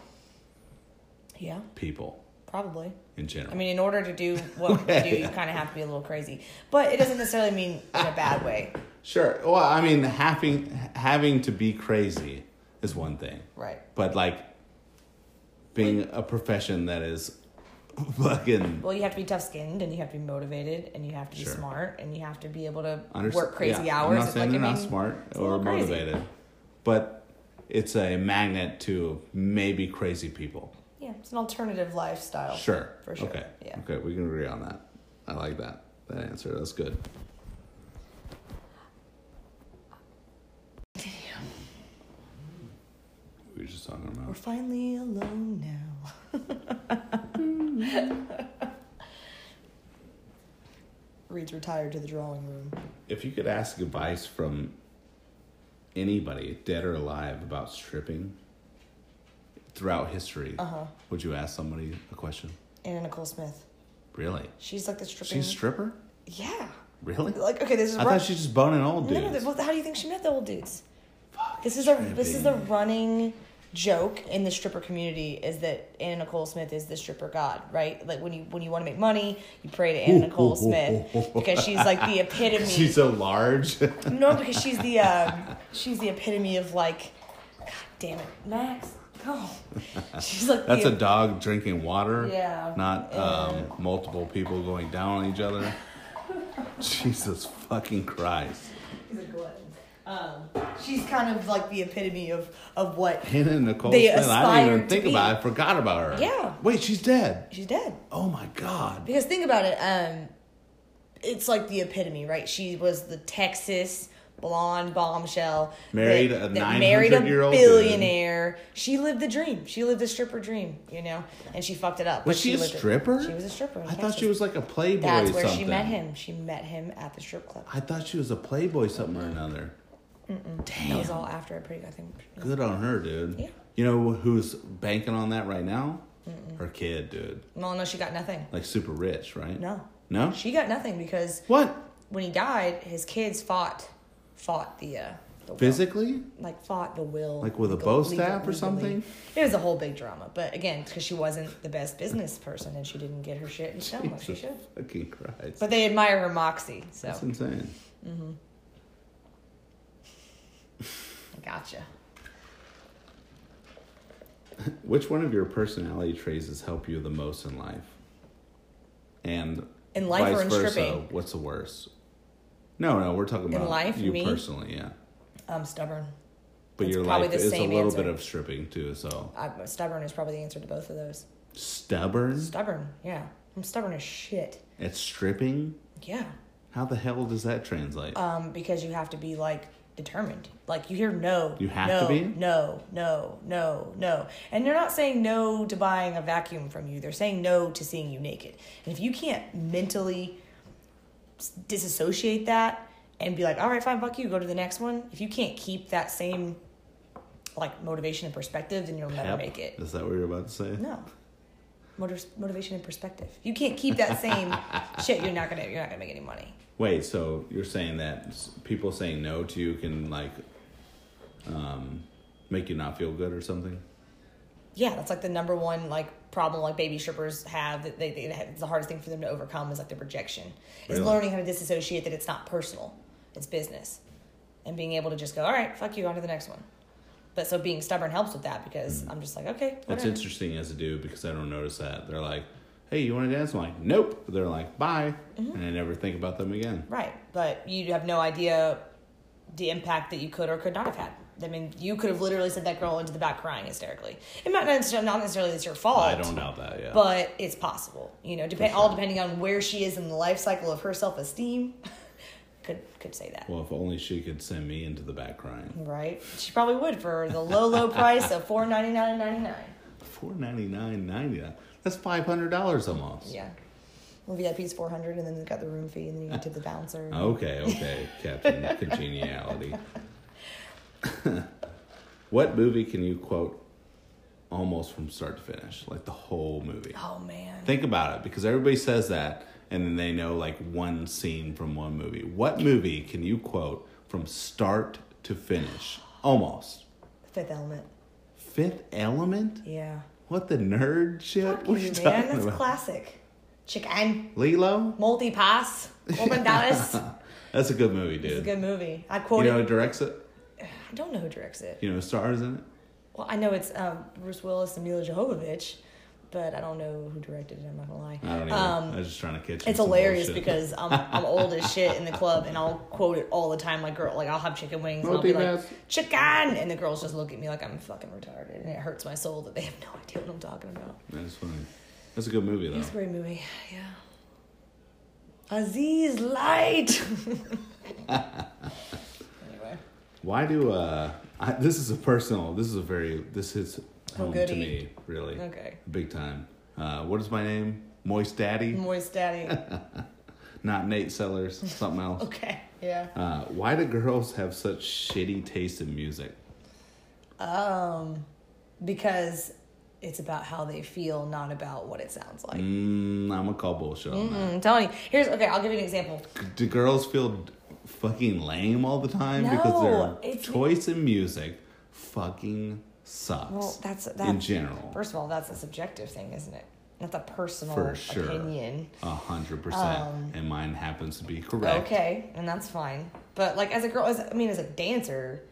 Speaker 2: Yeah,
Speaker 3: people
Speaker 2: probably.
Speaker 3: in general?
Speaker 2: I mean, in order to do what you do, you kind of have to be a little crazy. But it doesn't necessarily mean in a bad way.
Speaker 3: sure. Well, I mean, having having to be crazy is one thing,
Speaker 2: Right.
Speaker 3: but like being a profession that is fucking
Speaker 2: Well, you have to be tough skinned and you have to be motivated and you have to be
Speaker 3: Sure.
Speaker 2: smart and you have to be able to
Speaker 3: Underst-
Speaker 2: work crazy
Speaker 3: yeah,
Speaker 2: hours.
Speaker 3: I'm not
Speaker 2: It's
Speaker 3: saying
Speaker 2: like,
Speaker 3: they're
Speaker 2: I
Speaker 3: not
Speaker 2: mean,
Speaker 3: smart
Speaker 2: it's a
Speaker 3: or
Speaker 2: little crazy.
Speaker 3: motivated, but it's a magnet to maybe crazy people.
Speaker 2: Yeah, it's an alternative lifestyle.
Speaker 3: Sure.
Speaker 2: For sure.
Speaker 3: Okay.
Speaker 2: Yeah.
Speaker 3: Okay, we can agree on that. I like that. That answer. That's good. We were just talking
Speaker 2: We're
Speaker 3: about.
Speaker 2: finally alone now. Reed's retired to the drawing room.
Speaker 3: If you could ask advice from anybody, dead or alive, about stripping throughout history,
Speaker 2: Uh-huh.
Speaker 3: would you ask somebody a question?
Speaker 2: Anna Nicole Smith.
Speaker 3: Really?
Speaker 2: She's like the stripping.
Speaker 3: She's a stripper?
Speaker 2: yeah.
Speaker 3: Really?
Speaker 2: Like okay, this is
Speaker 3: I
Speaker 2: run-
Speaker 3: thought she was just boning old
Speaker 2: no, no,
Speaker 3: dudes.
Speaker 2: well, how do you think she met the old dudes? This is a this is a running joke in the stripper community is that Anna Nicole Smith is the stripper god, right? Like when you when you want to make money, you pray to Anna Nicole Smith because she's like the epitome.
Speaker 3: She's so large.
Speaker 2: No, because she's the um, she's the epitome of like, God damn it, Max, go. She's like
Speaker 3: That's
Speaker 2: the,
Speaker 3: a dog drinking water.
Speaker 2: Yeah.
Speaker 3: Not
Speaker 2: Yeah.
Speaker 3: um, multiple people going down on each other. Jesus fucking Christ.
Speaker 2: she's a glutton. Um, she's kind of like the epitome of of what.
Speaker 3: Hannah and Nicole
Speaker 2: They
Speaker 3: Smith. I didn't
Speaker 2: aspire
Speaker 3: even
Speaker 2: to
Speaker 3: think
Speaker 2: be.
Speaker 3: about it. I forgot about her.
Speaker 2: Yeah.
Speaker 3: Wait, she's dead.
Speaker 2: She's dead.
Speaker 3: Oh my God.
Speaker 2: Because think about it, um, it's like the epitome, right? She was the Texas blonde bombshell
Speaker 3: Married
Speaker 2: that,
Speaker 3: a
Speaker 2: that married a
Speaker 3: 900-year-old dude.
Speaker 2: billionaire. She lived the dream. She lived the stripper dream, you know, and she fucked it up.
Speaker 3: Was
Speaker 2: but
Speaker 3: she a
Speaker 2: lived it.
Speaker 3: stripper?
Speaker 2: She was a stripper. in
Speaker 3: I thought
Speaker 2: Texas.
Speaker 3: she was like a playboy
Speaker 2: That's where
Speaker 3: something.
Speaker 2: she met him. She met him at the strip club.
Speaker 3: I thought she was a playboy something or another. Damn.
Speaker 2: That was all after I pretty. I think.
Speaker 3: Good on her, dude.
Speaker 2: Yeah.
Speaker 3: You know who's banking on that right now? Her kid, dude.
Speaker 2: Well, no, she got nothing.
Speaker 3: Like super rich, right?
Speaker 2: No,
Speaker 3: No?
Speaker 2: she got nothing because
Speaker 3: What?
Speaker 2: when he died, his kids fought, fought the, uh, the will.
Speaker 3: Physically?
Speaker 2: like fought the will,
Speaker 3: Like with a
Speaker 2: legal-
Speaker 3: bow
Speaker 2: legal-
Speaker 3: staff or something?
Speaker 2: It was a whole big drama. But again, because she wasn't the best business person and she didn't get her shit and done like she
Speaker 3: Jesus
Speaker 2: should.
Speaker 3: Fucking Christ.
Speaker 2: But they admire her moxie, so
Speaker 3: That's insane.
Speaker 2: gotcha.
Speaker 3: Which one of your personality traits has helped you the most in life? And
Speaker 2: In life
Speaker 3: vice
Speaker 2: or in
Speaker 3: versa,
Speaker 2: stripping?
Speaker 3: What's the worst? No, no, we're talking about
Speaker 2: life,
Speaker 3: you
Speaker 2: me?
Speaker 3: personally, yeah.
Speaker 2: I'm stubborn.
Speaker 3: But
Speaker 2: It's
Speaker 3: your
Speaker 2: probably
Speaker 3: life
Speaker 2: the
Speaker 3: is a
Speaker 2: same
Speaker 3: little
Speaker 2: answer.
Speaker 3: bit of stripping too, so
Speaker 2: I'm, stubborn is probably the answer to both of those.
Speaker 3: stubborn
Speaker 2: Stubborn, yeah. I'm stubborn as shit.
Speaker 3: at stripping.
Speaker 2: Yeah.
Speaker 3: How the hell does that translate?
Speaker 2: um, because you have to be like determined. Like you hear no,
Speaker 3: You have
Speaker 2: no,
Speaker 3: to be?
Speaker 2: no, no, no, no, and they're not saying no to buying a vacuum from you. They're saying no to seeing you naked. And if you can't mentally s- disassociate that and be like, all right, fine, fuck you, go to the next one. If you can't keep that same like motivation and perspective, then you'll never
Speaker 3: Yep.
Speaker 2: make it.
Speaker 3: Is that what you're about to say?
Speaker 2: No. Motiv- motivation and perspective. If You can't keep that same shit. You're not gonna. You're not gonna make any money.
Speaker 3: Wait, so you're saying that s- people saying no to you can like um, make you not feel good or something?
Speaker 2: yeah, that's like the number one like problem like baby strippers have that they, they have, it's the hardest thing for them to overcome is like the rejection. Is
Speaker 3: Really?
Speaker 2: learning how to disassociate that it's not personal, it's business, and being able to just go, all right, fuck you, on to the next one. But so being stubborn helps with that because I'm just like, okay,
Speaker 3: Mm-hmm. That's
Speaker 2: whatever.
Speaker 3: interesting as a dude because I don't notice that. They're like, "Hey, you want to dance?" I'm like, "Nope."
Speaker 2: Mm-hmm.
Speaker 3: They're like, "Bye," and I never think about them again.
Speaker 2: right, but you have no idea the impact that you could or could not have had. I mean, you could have literally sent that girl into the back crying hysterically. It might not necessarily, not necessarily it's your fault.
Speaker 3: I don't doubt that. Yeah.
Speaker 2: But it's possible, you know. Depend all depending on where she is in the life cycle of her self esteem. could could say that,
Speaker 3: well, if only she could send me into the back crying.
Speaker 2: right? She probably would for the low low price of four ninety nine ninety nine.
Speaker 3: Four ninety nine ninety nine. That's five hundred dollars almost.
Speaker 2: Yeah. Well, VIP's four hundred, and then they got the room fee, and then you can tip the bouncer.
Speaker 3: Okay, okay, Captain Congeniality. what movie can you quote almost from start to finish, like the whole movie?
Speaker 2: Oh man.
Speaker 3: Think about it, because everybody says that, and then they know like one scene from one movie. What movie can you quote from start to finish, almost?
Speaker 2: Fifth Element.
Speaker 3: Fifth Element?
Speaker 2: Yeah.
Speaker 3: What the nerd shit?
Speaker 2: You,
Speaker 3: What are you
Speaker 2: man,
Speaker 3: talking
Speaker 2: that's
Speaker 3: about?
Speaker 2: classic. Chicken,
Speaker 3: Lilo?
Speaker 2: multi pass, woman Dallas.
Speaker 3: That's a good movie, dude.
Speaker 2: It's a good movie. I
Speaker 3: you
Speaker 2: quoted.
Speaker 3: know who directs it?
Speaker 2: I don't know who directs it.
Speaker 3: You know who stars in it?
Speaker 2: Well, I know it's um, Bruce Willis and Mila Jovovich, but I don't know who directed it. I'm not gonna lie.
Speaker 3: I don't even.
Speaker 2: Um,
Speaker 3: I was just trying to catch. you
Speaker 2: it's
Speaker 3: some
Speaker 2: hilarious
Speaker 3: bullshit.
Speaker 2: because I'm I'm old as shit in the club, and I'll quote it all the time. Like girl, like I'll have chicken wings, and I'll be like
Speaker 3: Multi-pass.
Speaker 2: chicken, and the girls just look at me like I'm fucking retarded, and it hurts my soul that they have no idea what I'm talking about.
Speaker 3: that's funny. That's a good movie
Speaker 2: It's a
Speaker 3: though.
Speaker 2: great movie, yeah. Aziz Light. anyway,
Speaker 3: Why do uh? I, this is a personal. This is a very. This is home to
Speaker 2: Oh, goody.
Speaker 3: me, really.
Speaker 2: Okay.
Speaker 3: Big time. Uh, what is my name? Moist Daddy,
Speaker 2: moist daddy.
Speaker 3: not Nate Sellers. Something else.
Speaker 2: Okay, yeah.
Speaker 3: Uh, why do girls have such shitty taste in music?
Speaker 2: Um, because it's about how they feel, not about what it sounds like. Mm,
Speaker 3: Mm, I'm gonna call bullshit on that.
Speaker 2: I'm telling you. Here's okay. I'll give you an example.
Speaker 3: Do girls feel fucking lame all the time because
Speaker 2: No,
Speaker 3: their
Speaker 2: it's-
Speaker 3: choice in music fucking sucks?
Speaker 2: Well, that's that.
Speaker 3: in general.
Speaker 2: First of all, that's a subjective thing, isn't it? That's a personal
Speaker 3: For sure.
Speaker 2: opinion.
Speaker 3: A hundred percent. And mine happens to be correct.
Speaker 2: Um, Okay, and that's fine. But like as a girl, as I mean, as a dancer,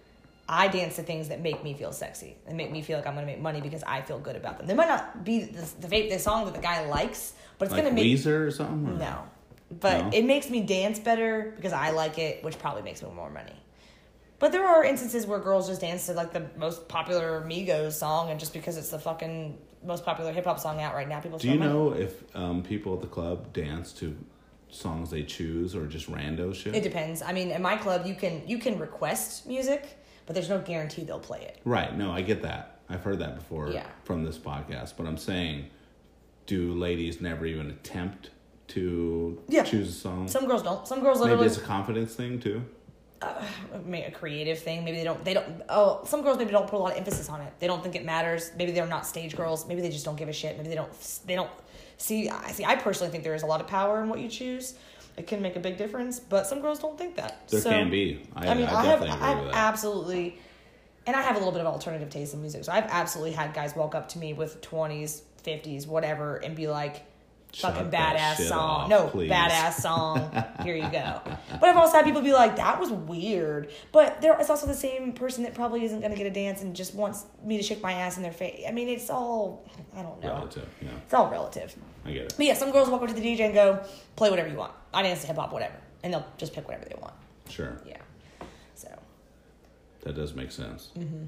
Speaker 2: I dance to things that make me feel sexy and make me feel like I'm gonna make money because I feel good about them. They might not be the the, fa- the song that the guy likes, but it's
Speaker 3: Like
Speaker 2: gonna make
Speaker 3: Weezer or something? or-
Speaker 2: No. But
Speaker 3: Hmm. No?
Speaker 2: it makes me dance better because I like it, which probably makes me more money. But there are instances where girls just dance to like the most popular Migos song, and just because it's the fucking most popular hip hop song out right now, people
Speaker 3: Do you
Speaker 2: throw money.
Speaker 3: know if um, people at the club dance to songs they choose or just rando shit?
Speaker 2: It depends. I mean, in my club, you can you can request music, but there's no guarantee they'll play it.
Speaker 3: right. No, I get that. I've heard that before
Speaker 2: Yeah.
Speaker 3: from this podcast. But I'm saying, do ladies never even attempt to
Speaker 2: Yeah.
Speaker 3: choose a song?
Speaker 2: Some girls don't. Some girls
Speaker 3: Hmm. Maybe
Speaker 2: literally
Speaker 3: it's a confidence thing too.
Speaker 2: maybe a creative thing. Maybe they don't. They don't. Oh, some girls maybe don't put a lot of emphasis on it. They don't think it matters. Maybe they're not stage girls. Maybe they just don't give a shit. Maybe they don't. They don't see. I see. I personally think there is a lot of power in what you choose. It can make a big difference, but some girls don't think that.
Speaker 3: There
Speaker 2: So,
Speaker 3: can be. I,
Speaker 2: I, mean, I, have.
Speaker 3: definitely agree
Speaker 2: I've
Speaker 3: with that.
Speaker 2: absolutely. And I have a little bit of alternative taste in music, so I've absolutely had guys walk up to me with twenties, fifties, whatever, and be like,
Speaker 3: Shut
Speaker 2: "Fucking
Speaker 3: that
Speaker 2: badass
Speaker 3: shit
Speaker 2: song,
Speaker 3: off,
Speaker 2: no
Speaker 3: please.
Speaker 2: badass song." Here you go. But I've also had people be like, "That was weird," but there is also the same person that probably isn't going to get a dance and just wants me to shake my ass in their face. I mean, it's all I don't know.
Speaker 3: Relative. Yeah,
Speaker 2: It's all relative.
Speaker 3: I get it.
Speaker 2: But yeah, some girls walk up to the DJ and go, "Play whatever you want. I dance to hip hop, whatever," and they'll just pick whatever they want.
Speaker 3: Sure.
Speaker 2: Yeah. So.
Speaker 3: That does make sense.
Speaker 2: Mm-hmm.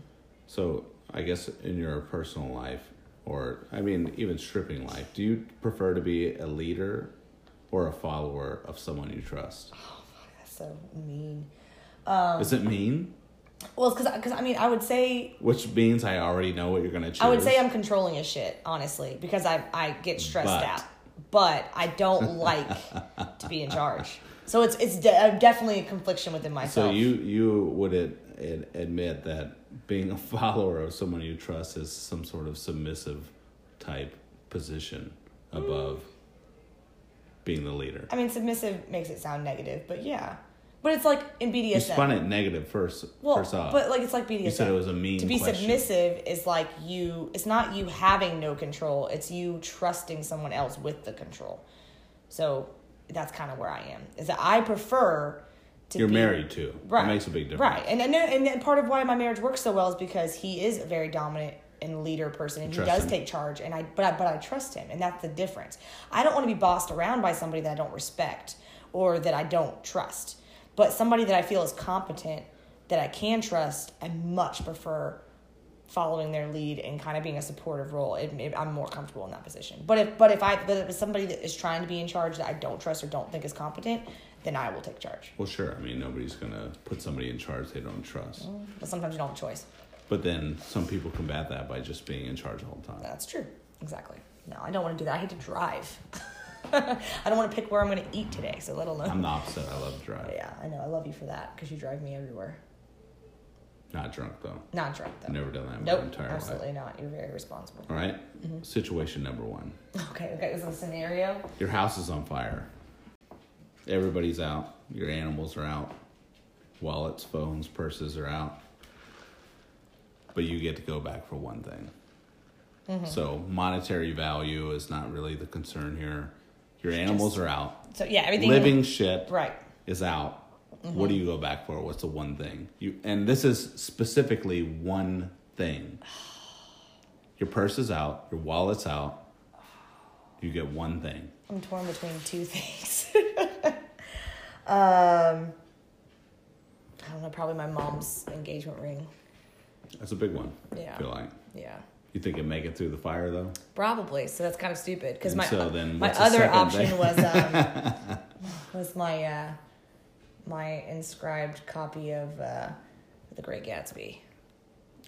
Speaker 3: So, I guess in your personal life, or I mean, even stripping life, do you prefer to be a leader or a follower of someone you trust?
Speaker 2: so mean. Um.
Speaker 3: Is it mean?
Speaker 2: Well, it's because I mean, I would say
Speaker 3: Which means I already know what you're going to choose.
Speaker 2: I would say I'm controlling as shit, honestly, because I I get stressed
Speaker 3: But.
Speaker 2: out. But I don't like to be in charge, so it's it's de- I'm definitely a confliction within myself.
Speaker 3: So you you would ad- ad- admit that being a follower of someone you trust is some sort of submissive type position above being the leader.
Speaker 2: I mean, submissive makes it sound negative, but yeah, but it's like in BDSM.
Speaker 3: you spun it negative first.
Speaker 2: Well,
Speaker 3: first off,
Speaker 2: but like it's like BDSM.
Speaker 3: You said it was a mean
Speaker 2: To be
Speaker 3: question.
Speaker 2: submissive is like you. It's not you having no control. It's you trusting someone else with the control. So that's kind of where I am. Is that I prefer to.
Speaker 3: you're
Speaker 2: be-
Speaker 3: married to.
Speaker 2: Right.
Speaker 3: It makes a big difference.
Speaker 2: Right, and and and then part of why my marriage works so well is because he is a very dominant and leader person, and he
Speaker 3: Trust
Speaker 2: does
Speaker 3: him.
Speaker 2: take charge. And I but I but I trust him, and that's the difference. I don't want to be bossed around by somebody that I don't respect or that I don't trust, but somebody that I feel is competent that I can trust, I much prefer following their lead and kind of being a supportive role. It, it- I'm more comfortable in that position. But if but if I but if it's somebody that is trying to be in charge that I don't trust or don't think is competent, then I will take charge.
Speaker 3: Well, sure. I mean, nobody's gonna put somebody in charge they don't trust.
Speaker 2: But sometimes you don't have a choice.
Speaker 3: But then some people combat that by just being in charge all the time.
Speaker 2: That's true. Exactly. No, I don't want to do that. I hate to drive. I don't want to pick where I'm going to eat today. So let alone.
Speaker 3: I'm the opposite. I love to drive.
Speaker 2: yeah, I know. I love you for that because you drive me everywhere.
Speaker 3: Not drunk though.
Speaker 2: Not drunk though.
Speaker 3: Never done that in
Speaker 2: Nope.
Speaker 3: my entire
Speaker 2: absolutely
Speaker 3: life.
Speaker 2: not. You're very responsible.
Speaker 3: All right? Situation number one.
Speaker 2: Okay. Okay. Is a scenario?
Speaker 3: Your house is on fire. Everybody's out. Your animals are out. Wallets, phones, purses are out. But you get to go back for one thing. So monetary value is not really the concern here. Your animals are out.
Speaker 2: So yeah, everything.
Speaker 3: Living shit
Speaker 2: Right.
Speaker 3: is out.
Speaker 2: Mm-hmm.
Speaker 3: What do you go back for? What's the one thing? You and this is specifically one thing. Your purse is out, your wallet's out. You get one thing.
Speaker 2: I'm torn between two things. um, I don't know. Probably my mom's engagement ring.
Speaker 3: That's a big one.
Speaker 2: Yeah.
Speaker 3: I feel like.
Speaker 2: Yeah.
Speaker 3: You think it make it through the fire though?
Speaker 2: Probably. So that's kind of stupid because
Speaker 3: And
Speaker 2: my
Speaker 3: so then
Speaker 2: my
Speaker 3: what's the
Speaker 2: other
Speaker 3: second
Speaker 2: option
Speaker 3: thing?
Speaker 2: was um, was my uh, my inscribed copy of uh, The Great Gatsby.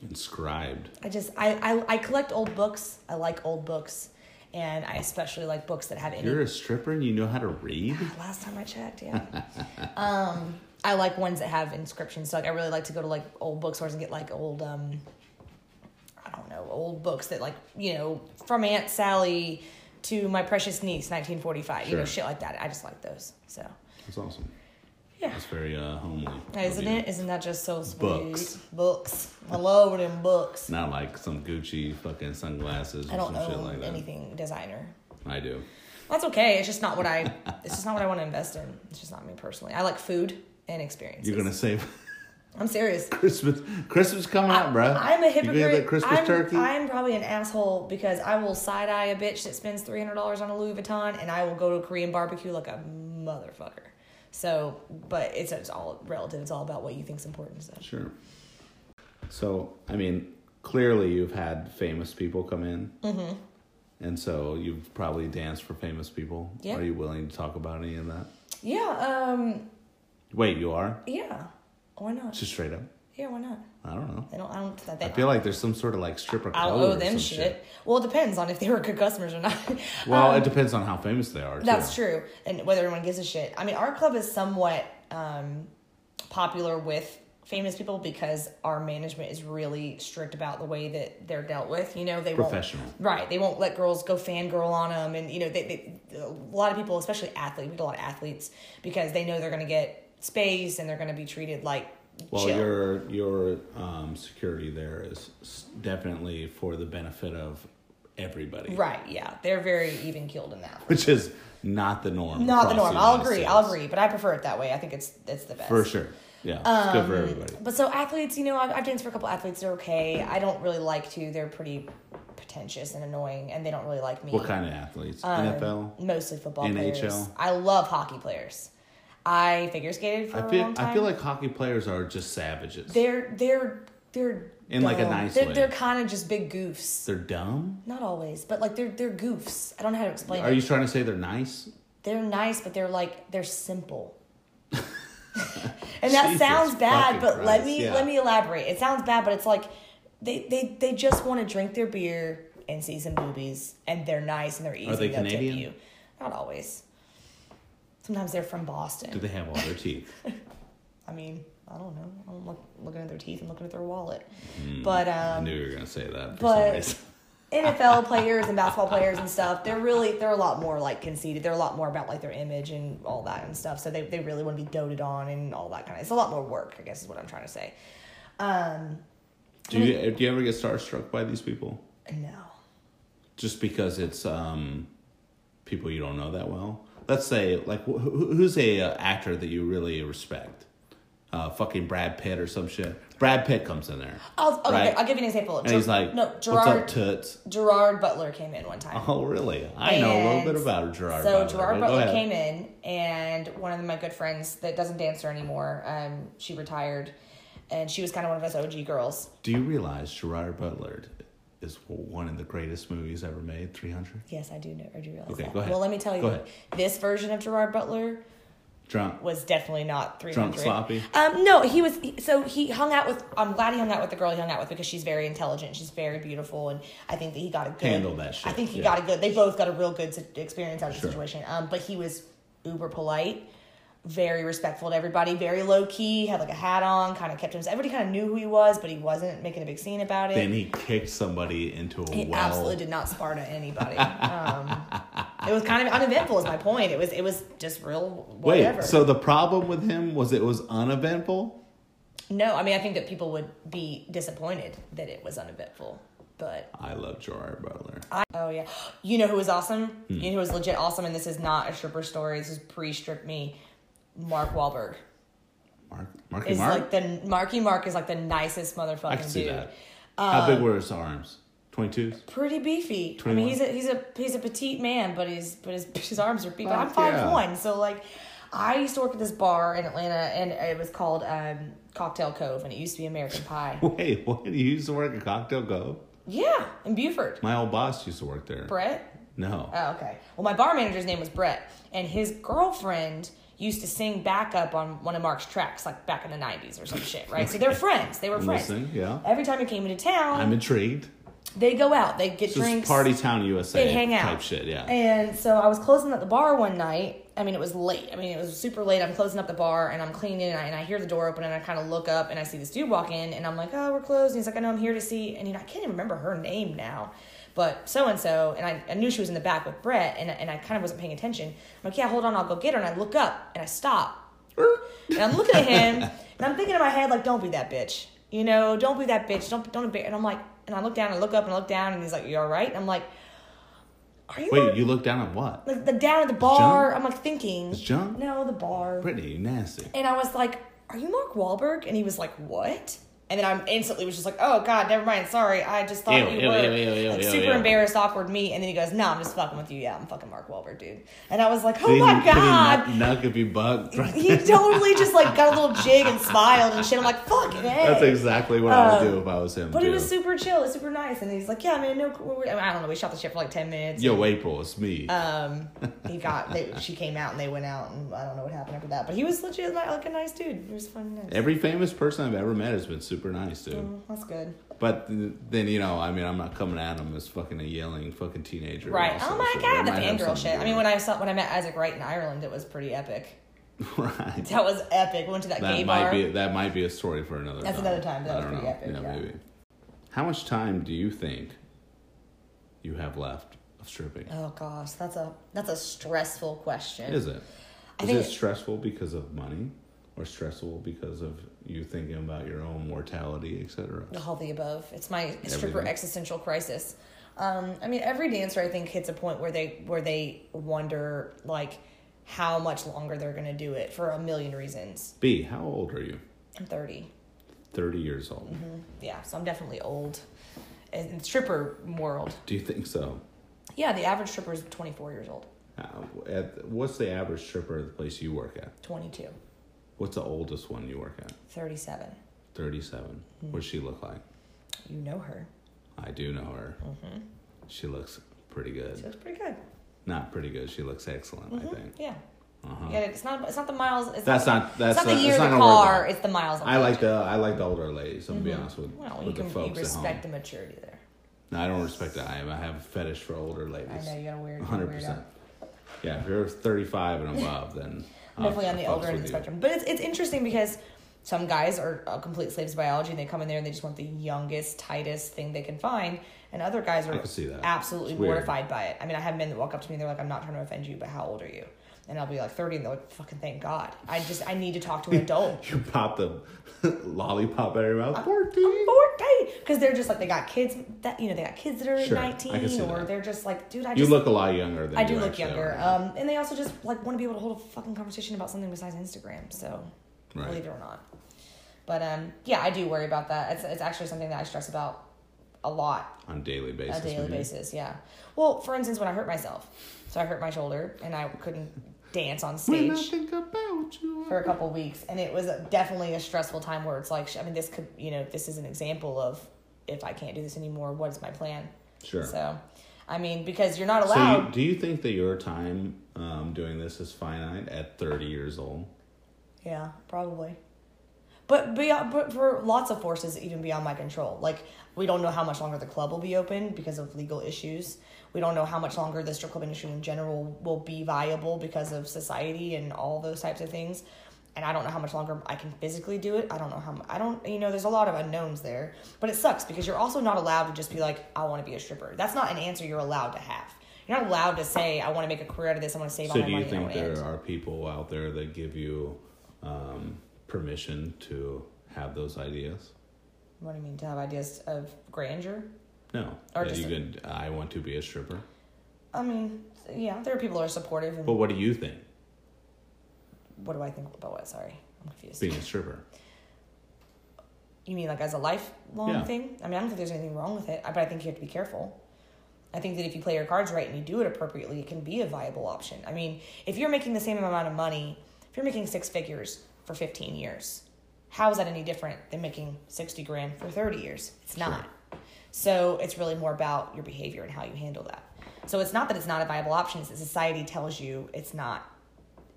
Speaker 3: Inscribed.
Speaker 2: I just I, I I collect old books. I like old books, and I especially like books that have any.
Speaker 3: You're a stripper and you know how to read?
Speaker 2: Last time I checked, yeah. um, I like ones that have inscriptions. So like, I really like to go to like old bookstores and get like old, um, I don't know, old books that like you know from Aunt Sally to My Precious Niece, 1945. You know,
Speaker 3: Sure.
Speaker 2: shit like that. I just like those. So
Speaker 3: That's awesome.
Speaker 2: yeah,
Speaker 3: That's very uh, homely. of
Speaker 2: isn't
Speaker 3: you.
Speaker 2: it? Isn't that just so sweet?
Speaker 3: Books.
Speaker 2: Books. I love them books.
Speaker 3: Not like some Gucci fucking sunglasses or
Speaker 2: I don't
Speaker 3: some shit
Speaker 2: own
Speaker 3: like that.
Speaker 2: anything designer.
Speaker 3: I do.
Speaker 2: That's okay. It's just not what I. It's just not what I want to invest in. It's just not me personally. I like food and experiences.
Speaker 3: You're gonna save
Speaker 2: I'm serious.
Speaker 3: Christmas. Christmas coming up, bro.
Speaker 2: I'm a
Speaker 3: You gonna
Speaker 2: hypocrite.
Speaker 3: get Christmas
Speaker 2: I'm,
Speaker 3: turkey?
Speaker 2: I'm probably an asshole because I will side eye a bitch that spends three hundred dollars on a Louis Vuitton, and I will go to a Korean barbecue like a motherfucker. So, but it's it's all relative. It's all about what you think's important. So.
Speaker 3: Sure. So, I mean, clearly you've had famous people come in. Mm-hmm. And so you've probably danced for famous people.
Speaker 2: Yeah.
Speaker 3: Are you willing to talk about any of that?
Speaker 2: Yeah. Um.
Speaker 3: Wait, you are?
Speaker 2: Yeah. Why not?
Speaker 3: Just straight up?
Speaker 2: Yeah. Why not?
Speaker 3: I don't know.
Speaker 2: They don't. I don't. They,
Speaker 3: I feel like there's some sort of like stripper
Speaker 2: I'll
Speaker 3: code
Speaker 2: owe
Speaker 3: or
Speaker 2: them
Speaker 3: some
Speaker 2: shit. Well, it depends on if they were good customers or not.
Speaker 3: Well,
Speaker 2: Um,
Speaker 3: it depends on how famous they are.
Speaker 2: That's
Speaker 3: too.
Speaker 2: true, and whether everyone gives a shit. I mean, our club is somewhat um, popular with famous people because our management is really strict about the way that they're dealt with. You know, they
Speaker 3: Professional.
Speaker 2: Won't, right? They won't let girls go fangirl on them, and you know, they, they a lot of people, especially athletes, we get a lot of athletes because they know they're going to get space and they're going to be treated like.
Speaker 3: Well,
Speaker 2: chill.
Speaker 3: your your um, security there is s- definitely for the benefit of everybody,
Speaker 2: right. Yeah, they're very even keeled in that.
Speaker 3: Which is not the norm.
Speaker 2: Not the
Speaker 3: across
Speaker 2: norm. I'll
Speaker 3: United
Speaker 2: agree. I'll
Speaker 3: States.
Speaker 2: agree, but I prefer it that way. I think it's it's the best
Speaker 3: For sure. Yeah. It's good
Speaker 2: Um,
Speaker 3: for everybody.
Speaker 2: But so athletes, you know, I've, I've danced for a couple athletes. They're okay. I don't really like to. They're pretty pretentious and annoying, and they don't really like me.
Speaker 3: What kind of athletes?
Speaker 2: um,
Speaker 3: NFL?
Speaker 2: Mostly football players.
Speaker 3: NHL?
Speaker 2: I love hockey players. I figure skated for
Speaker 3: I
Speaker 2: a
Speaker 3: feel
Speaker 2: long time.
Speaker 3: I feel like hockey players are just savages. They're,
Speaker 2: they're they're they're
Speaker 3: In, like, a
Speaker 2: dumb.
Speaker 3: nice
Speaker 2: They're,
Speaker 3: way.
Speaker 2: they're kind of just big goofs.
Speaker 3: dumb?
Speaker 2: Not always, but like they're they're goofs. I don't know how to explain
Speaker 3: Are
Speaker 2: it.
Speaker 3: you trying to say they're nice?
Speaker 2: they're nice, but they're like they're simple. and that
Speaker 3: Jesus
Speaker 2: sounds bad,
Speaker 3: fucking
Speaker 2: but let
Speaker 3: Christ,
Speaker 2: me
Speaker 3: yeah.
Speaker 2: let me elaborate. It sounds bad, but it's like they they they just want to drink their beer and see some boobies, and they're nice and they're easy.
Speaker 3: they
Speaker 2: They'll
Speaker 3: Canadian?
Speaker 2: Tip you. Not always. Sometimes they're from Boston.
Speaker 3: Do they have all their teeth?
Speaker 2: I mean, I don't know. I'm look, looking at their teeth and looking at their wallet, but um,
Speaker 3: Hmm. I knew you were gonna say that for some
Speaker 2: but-
Speaker 3: reason.
Speaker 2: NFL players and basketball players and stuff, they're really they're a lot more like conceited. They're a lot more about like their image and all that and stuff. So they, they really want to be doted on and all that kind of. It's a lot more work, I guess, is what I'm trying to say. Um,
Speaker 3: Do you do you ever get starstruck by these people?
Speaker 2: no,
Speaker 3: Just because it's um, people you don't know that well. Let's say like wh- wh- who's a uh, actor that you really respect? Uh, fucking Brad Pitt or some shit. Brad Pitt comes in there.
Speaker 2: I'll okay,
Speaker 3: Right.
Speaker 2: I'll give you an example.
Speaker 3: And he's like,
Speaker 2: no,
Speaker 3: "What's up,
Speaker 2: Gerard
Speaker 3: toots?"
Speaker 2: Gerard Butler came in one time.
Speaker 3: Oh, really? I know a little
Speaker 2: And
Speaker 3: bit about Gerard.
Speaker 2: So
Speaker 3: Butler,
Speaker 2: Gerard
Speaker 3: but go
Speaker 2: Butler
Speaker 3: ahead.
Speaker 2: came in, and one of my good friends that doesn't dance her anymore, um, she retired, and she was kind of one of those OG girls.
Speaker 3: Do you realize Gerard Butler is one of the greatest movies ever made? 300?
Speaker 2: Yes, I do know. I do realize
Speaker 3: Okay,
Speaker 2: that.
Speaker 3: go ahead.
Speaker 2: Well, let me tell you,
Speaker 3: Go ahead.
Speaker 2: this version of Gerard Butler
Speaker 3: Drunk.
Speaker 2: was definitely not 300.
Speaker 3: Drunk, sloppy.
Speaker 2: Um, no, he was. he- So he hung out with. I'm glad he hung out with the girl he hung out with because she's very intelligent. She's very beautiful, and I think that he got a good
Speaker 3: Handled that shit,
Speaker 2: I think he
Speaker 3: yeah.
Speaker 2: got a good. They both got a real good si- experience out of the
Speaker 3: Sure.
Speaker 2: situation. Um, but he was uber polite, very respectful to everybody, very low key. Had like a hat on, kind of kept himself. Everybody kind of knew who he was, but he wasn't making a big scene about it.
Speaker 3: Then he kicked somebody into a
Speaker 2: He
Speaker 3: well.
Speaker 2: absolutely did not Sparta anybody. um, it was kind of uneventful. Is my point. It was. It was just real.
Speaker 3: Wait,
Speaker 2: Whatever.
Speaker 3: so the problem with him was it was uneventful?
Speaker 2: No, I mean I think that people would be disappointed that it was uneventful. But
Speaker 3: I love Gerard Butler.
Speaker 2: I oh yeah, you know who was awesome?
Speaker 3: Hmm.
Speaker 2: You know who was legit awesome? And this is not a stripper story. This is pre-strip me. Mark Wahlberg
Speaker 3: Mark, Marky
Speaker 2: is
Speaker 3: Mark?
Speaker 2: like the Marky Mark is like the nicest motherfucking
Speaker 3: I can see
Speaker 2: dude. Uh,
Speaker 3: that. How big were his arms? 22s?
Speaker 2: Pretty beefy. I
Speaker 3: 21.
Speaker 2: mean, he's a he's a he's a petite man, but he's but his his arms are beefy.
Speaker 3: Fuck
Speaker 2: I'm five
Speaker 3: yeah.
Speaker 2: one, so like, I used to work at this bar in Atlanta, and it was called um, Cocktail Cove, and it used to be American Pie.
Speaker 3: Wait, what? He used to work at Cocktail Go?
Speaker 2: yeah, in Buford.
Speaker 3: My old boss used to work there.
Speaker 2: Brett,
Speaker 3: No.
Speaker 2: Oh, okay. Well, my bar manager's name was Brett, and his girlfriend used to sing backup on one of Mark's tracks, like back in the '90s or some shit, right? So they're friends. They were
Speaker 3: I'm
Speaker 2: friends. Uh,
Speaker 3: listening, yeah.
Speaker 2: Every time he came into town,
Speaker 3: I'm intrigued.
Speaker 2: they go out, they get
Speaker 3: This is
Speaker 2: drinks,
Speaker 3: Party Town USA
Speaker 2: they hang out,
Speaker 3: type shit, yeah.
Speaker 2: And so I was closing up the bar one night. I mean, it was late. I mean, it was super late. I'm closing up the bar and I'm cleaning, and I, and I hear the door open, and I kind of look up, and I see this dude walk in, and I'm like, "Oh, we're closed." And he's like, "I know, I'm here to see." And you know, I can't even remember her name now, but so and so. And I, I knew she was in the back with Brett, and and I kind of wasn't paying attention. I'm like, "Yeah, hold on, I'll go get her." And I look up, and I stop, and I'm looking at him, and I'm thinking in my head like, "Don't be that bitch," you know, "Don't be that bitch." Don't don't. Be, and I'm like, and I look down, and I look up, and I look down, and he's like, "You all right?" And I'm like, "Are you?"
Speaker 3: Wait, you look down on what?
Speaker 2: like the down at the bar.
Speaker 3: junk?
Speaker 2: I'm like thinking,
Speaker 3: It's junk?
Speaker 2: no, the bar.
Speaker 3: Brittany, you nasty.
Speaker 2: And I was like, "Are you Mark Wahlberg?" And he was like, "What?" And then I'm instantly was just like, "Oh God, never mind. Sorry, I just thought
Speaker 3: Ew,
Speaker 2: you
Speaker 3: ew,
Speaker 2: were
Speaker 3: ew, ew, ew,
Speaker 2: like,
Speaker 3: ew,
Speaker 2: super
Speaker 3: ew.
Speaker 2: embarrassed, awkward me." And then he goes, "No, I'm just fucking with you. Yeah, I'm fucking Mark Wahlberg, dude." And I was like, "Oh
Speaker 3: Did he-
Speaker 2: my
Speaker 3: did he
Speaker 2: God."
Speaker 3: knock- knock if you bugged right
Speaker 2: he
Speaker 3: there?
Speaker 2: totally just like got a little jig and smiled and shit. I'm like, fuck it.
Speaker 3: That's exactly what I would do if I was him.
Speaker 2: Um, But he
Speaker 3: too.
Speaker 2: was super chill, super nice, and he's like, "Yeah, man, no, we're, we're- I don't know." We shot the shit for like ten minutes.
Speaker 3: Yo, April, it's me.
Speaker 2: Um, he got they, she came out and they went out, and I don't know what happened after that. But he was legit like, like a nice dude. He was fun. Nice. Mm,
Speaker 3: Every famous person I've ever met has been super nice, dude.
Speaker 2: That's good.
Speaker 3: But th- then you know, I mean, I'm not coming at him as fucking a yelling fucking teenager.
Speaker 2: Right.
Speaker 3: Also,
Speaker 2: oh my
Speaker 3: so
Speaker 2: god, the
Speaker 3: they might have
Speaker 2: fangirl
Speaker 3: something
Speaker 2: shit.
Speaker 3: to
Speaker 2: I
Speaker 3: do
Speaker 2: mean,
Speaker 3: with
Speaker 2: when I saw when I met Isaac Wright in Ireland, it was pretty epic.
Speaker 3: it. right.
Speaker 2: That was epic. Went to that, gay
Speaker 3: That
Speaker 2: bar.
Speaker 3: might be that might be a story for another.
Speaker 2: That's
Speaker 3: time.
Speaker 2: another time. That
Speaker 3: I
Speaker 2: was
Speaker 3: don't
Speaker 2: pretty
Speaker 3: know.
Speaker 2: epic, yeah.
Speaker 3: maybe. How much time do you think you have left of stripping?
Speaker 2: Oh gosh, that's a that's a stressful question.
Speaker 3: Is it?
Speaker 2: I
Speaker 3: Is
Speaker 2: think
Speaker 3: it
Speaker 2: it-
Speaker 3: stressful because of money, or stressful because of you thinking about your own mortality, etc.?
Speaker 2: all the above. It's my stripper
Speaker 3: Everything.
Speaker 2: existential crisis. Um, I mean, every dancer I think hits a point where they where they wonder like how much longer they're gonna do it for a million reasons.
Speaker 3: B. How old are you?
Speaker 2: I'm 30.
Speaker 3: Thirty years old.
Speaker 2: Mm-hmm. Yeah, so I'm definitely old. In in stripper world,
Speaker 3: Do you think so?
Speaker 2: yeah, the average stripper is 24 years old.
Speaker 3: Uh, at, what's the average stripper at the place you work at?
Speaker 2: 22,
Speaker 3: What's the oldest one you work at?
Speaker 2: 37.
Speaker 3: 37.
Speaker 2: Hmm.
Speaker 3: What does she look like?
Speaker 2: You know her.
Speaker 3: I do know her. She looks pretty
Speaker 2: She
Speaker 3: good.
Speaker 2: looks pretty good. Mm-hmm.
Speaker 3: Not pretty good. She looks excellent, I think.
Speaker 2: Yeah.
Speaker 3: Uh-huh.
Speaker 2: You gotta- it's not. It's not the miles. It's
Speaker 3: That's
Speaker 2: not,
Speaker 3: not that's
Speaker 2: it's not the year,
Speaker 3: it's
Speaker 2: the
Speaker 3: not gonna work
Speaker 2: car.
Speaker 3: out.
Speaker 2: It's the miles. on
Speaker 3: I
Speaker 2: the-
Speaker 3: like the I like the older ladies. I'm gonna be honest with,
Speaker 2: Well,
Speaker 3: with
Speaker 2: you
Speaker 3: the
Speaker 2: can you
Speaker 3: folks at home.
Speaker 2: respect the maturity there.
Speaker 3: No, I don't respect that. I have, I have a fetish for older ladies.
Speaker 2: know, you got a weird-
Speaker 3: 100%. Yeah, if you're 35 and above, then
Speaker 2: I'm
Speaker 3: I'll
Speaker 2: definitely on the
Speaker 3: fucks
Speaker 2: older end of
Speaker 3: with
Speaker 2: the
Speaker 3: you.
Speaker 2: spectrum. But it's it's interesting because some guys are uh, complete slaves to biology and they come in there and they just want the youngest, tightest thing they can find. And other guys are
Speaker 3: can see that.
Speaker 2: absolutely
Speaker 3: It's weird.
Speaker 2: mortified by it. I mean, I have men that walk up to me and they're like, I'm not trying to offend you, but how old are you? And I'll be like 30 and they're like, fucking thank God. I just, I need to talk to an adult.
Speaker 3: You pop the lollipop out of your mouth. 14.
Speaker 2: Because they're just like, they got kids that, you know, they got kids that are
Speaker 3: Sure, I can
Speaker 2: 19
Speaker 3: see
Speaker 2: or
Speaker 3: that.
Speaker 2: they're just like, dude, I
Speaker 3: You
Speaker 2: just,
Speaker 3: look a lot younger than
Speaker 2: I do
Speaker 3: you
Speaker 2: look
Speaker 3: actually
Speaker 2: younger.
Speaker 3: are.
Speaker 2: Um, and they also just like want to be able to hold a fucking conversation about something besides Instagram. So
Speaker 3: Right.
Speaker 2: believe it or not. But um, yeah, I do worry about that. It's, it's actually something that I stress about a lot
Speaker 3: on a daily
Speaker 2: on
Speaker 3: basis.
Speaker 2: Uh, a daily
Speaker 3: maybe.
Speaker 2: basis. Yeah. Well, for instance, when I hurt myself, so I hurt my shoulder and I couldn't dance on
Speaker 3: When I
Speaker 2: stage
Speaker 3: think about you.
Speaker 2: for a couple weeks and it was definitely a stressful time where it's like sh- i mean this could you know this is an example of if i can't do this anymore what is my plan
Speaker 3: Sure.
Speaker 2: so i mean because you're not
Speaker 3: So,
Speaker 2: allowed
Speaker 3: you, do you think that your time um, doing this is finite at 30 years old?
Speaker 2: Yeah, probably. But beyond, but for lots of forces, even beyond my control. Like we don't know how much longer the club will be open because of legal issues. We don't know how much longer the strip club industry in general will be viable because of society and all those types of things. And I don't know how much longer I can physically do it. I don't know how. mu- I don't. You know, there's a lot of unknowns there. But it sucks because you're also not allowed to just be like, I want to be a stripper. That's not an answer you're allowed to have. You're not allowed to say, I want to make a career out of this. I want to save all
Speaker 3: So
Speaker 2: my
Speaker 3: do you
Speaker 2: money. and I
Speaker 3: think
Speaker 2: wanna end."
Speaker 3: there are people out there that give you um, permission to have those ideas?
Speaker 2: What do you mean to have ideas of grandeur?
Speaker 3: No.
Speaker 2: Or
Speaker 3: that
Speaker 2: just-
Speaker 3: you could, I want to be a stripper.
Speaker 2: I mean, yeah, there are people who are supportive. And
Speaker 3: But what do you think
Speaker 2: what do I think about what? Sorry, I'm confused.
Speaker 3: being a stripper?
Speaker 2: You mean like as a lifelong
Speaker 3: Yeah.
Speaker 2: thing? I mean, I don't think there's anything wrong with it, but I think you have to be careful. I think that if you play your cards right and you do it appropriately, it can be a viable option. I mean, if you're making the same amount of money, if you're making six figures for 15 years, how is that any different than making 60 grand for 30 years? It's not. So it's really more about your behavior and how you handle that. So it's not that it's not a viable option, it's that society tells you it's not.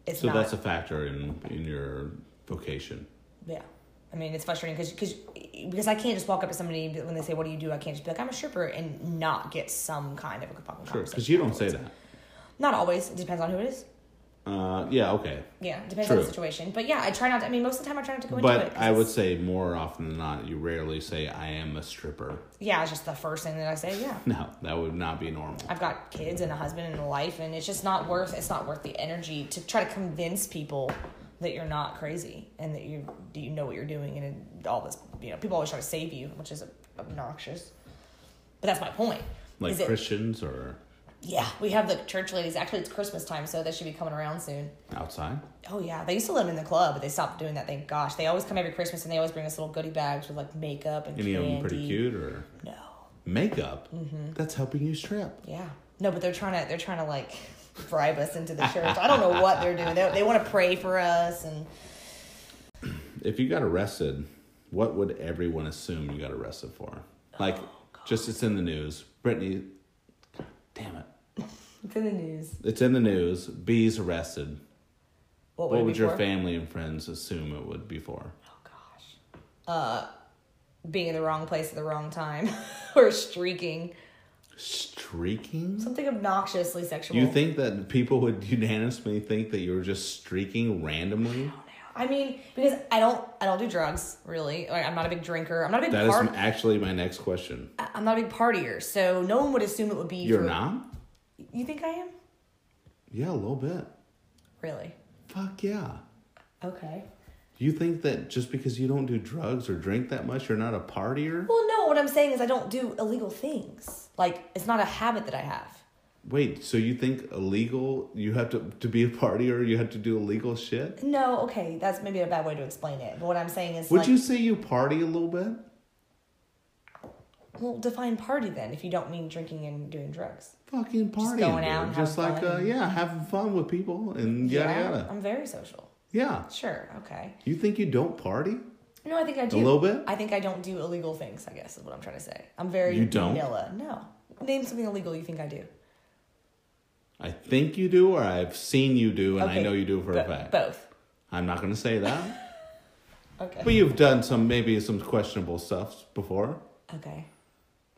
Speaker 2: It's
Speaker 3: So
Speaker 2: not.
Speaker 3: that's a factor in, in your vocation.
Speaker 2: Yeah. I mean, it's frustrating because because because I can't just walk up to somebody and be- when they say, "What do you do?" I can't just be like, "I'm a stripper" and not get some kind of a fucking
Speaker 3: Sure.
Speaker 2: conversation.
Speaker 3: Because you don't say that.
Speaker 2: Not always. It depends on who it is.
Speaker 3: Uh, yeah, okay.
Speaker 2: Yeah, it depends on the
Speaker 3: True.
Speaker 2: situation. But yeah, I try not. to... I mean, most of the time I try not to go into it.
Speaker 3: But
Speaker 2: 'cause
Speaker 3: I would
Speaker 2: it's-
Speaker 3: say more often than not, you rarely say, I am a stripper.
Speaker 2: Yeah, it's just the first thing that I say. Yeah.
Speaker 3: No, that would not be normal.
Speaker 2: I've got kids and a husband and a life, and it's just not worth. It's not worth the energy to try to convince people that you're not crazy and that you do you know what you're doing and all this. You know, people always try to save you, which is obnoxious. But that's my point.
Speaker 3: Like
Speaker 2: is it-
Speaker 3: Christians or
Speaker 2: Yeah, we have the church ladies. Actually, it's Christmas time, so they should be coming around soon.
Speaker 3: outside?
Speaker 2: Oh yeah, they used to let them in the club, but they stopped doing that. Thank gosh. They always come every Christmas, and they always bring us little goodie bags with like makeup and
Speaker 3: Any of
Speaker 2: candy. Mm-hmm.
Speaker 3: them pretty cute or
Speaker 2: No.
Speaker 3: makeup? That's helping you strip.
Speaker 2: Yeah. No, but they're trying to they're trying to like bribe us into the church. I don't know what they're doing. They, they want to pray for us, and
Speaker 3: If you got arrested, what would everyone assume you got arrested for? Like,
Speaker 2: Oh,
Speaker 3: just it's in the news. Brittany, God damn it.
Speaker 2: it's in the news.
Speaker 3: It's in the news. B's arrested.
Speaker 2: What would,
Speaker 3: What
Speaker 2: it
Speaker 3: would
Speaker 2: be
Speaker 3: your
Speaker 2: for?
Speaker 3: family and friends assume it would be for?
Speaker 2: Oh gosh. Uh, being in the wrong place at the wrong time, or streaking
Speaker 3: Streaking?
Speaker 2: something obnoxiously sexual.
Speaker 3: You think that people would unanimously think that you were just streaking randomly?
Speaker 2: I mean, because I don't, I don't do drugs really. Like, I'm not a big drinker. I'm not a big
Speaker 3: That is
Speaker 2: part-
Speaker 3: actually my next question.
Speaker 2: I'm not a big partier, so no one would assume it would be.
Speaker 3: You're
Speaker 2: for-
Speaker 3: not?
Speaker 2: You think I am?
Speaker 3: Yeah, a little bit.
Speaker 2: Really?
Speaker 3: Fuck yeah.
Speaker 2: Okay.
Speaker 3: You think that just because you don't do drugs or drink that much, you're not a partier?
Speaker 2: Well, no. What I'm saying is I don't do illegal things. Like it's not a habit that I have.
Speaker 3: Wait, so you think illegal, you have to, to be a partier, you have to do illegal shit?
Speaker 2: No. Okay, that's maybe a bad way to explain it. But what I'm saying is,
Speaker 3: Would
Speaker 2: like,
Speaker 3: you say you party a little bit?
Speaker 2: well, define party then if you don't mean drinking and doing drugs.
Speaker 3: Fucking partying.
Speaker 2: Just going out and
Speaker 3: dude. Just
Speaker 2: having
Speaker 3: like,
Speaker 2: fun.
Speaker 3: Uh, yeah, having fun with people and yada
Speaker 2: yeah,
Speaker 3: yada.
Speaker 2: I'm very social.
Speaker 3: Yeah.
Speaker 2: Sure. Okay.
Speaker 3: You think you don't party?
Speaker 2: No, I think I do.
Speaker 3: little bit?
Speaker 2: I think I don't do illegal things. I guess is what I'm trying to say. I'm very
Speaker 3: You don't?
Speaker 2: vanilla. No. Name something illegal you think I do.
Speaker 3: I think you do, or I've seen you do, and I
Speaker 2: Okay,
Speaker 3: know you do for a
Speaker 2: bo-
Speaker 3: fact.
Speaker 2: Both.
Speaker 3: I'm not going to say that.
Speaker 2: Okay.
Speaker 3: but you've done some, maybe some questionable stuff before.
Speaker 2: Okay.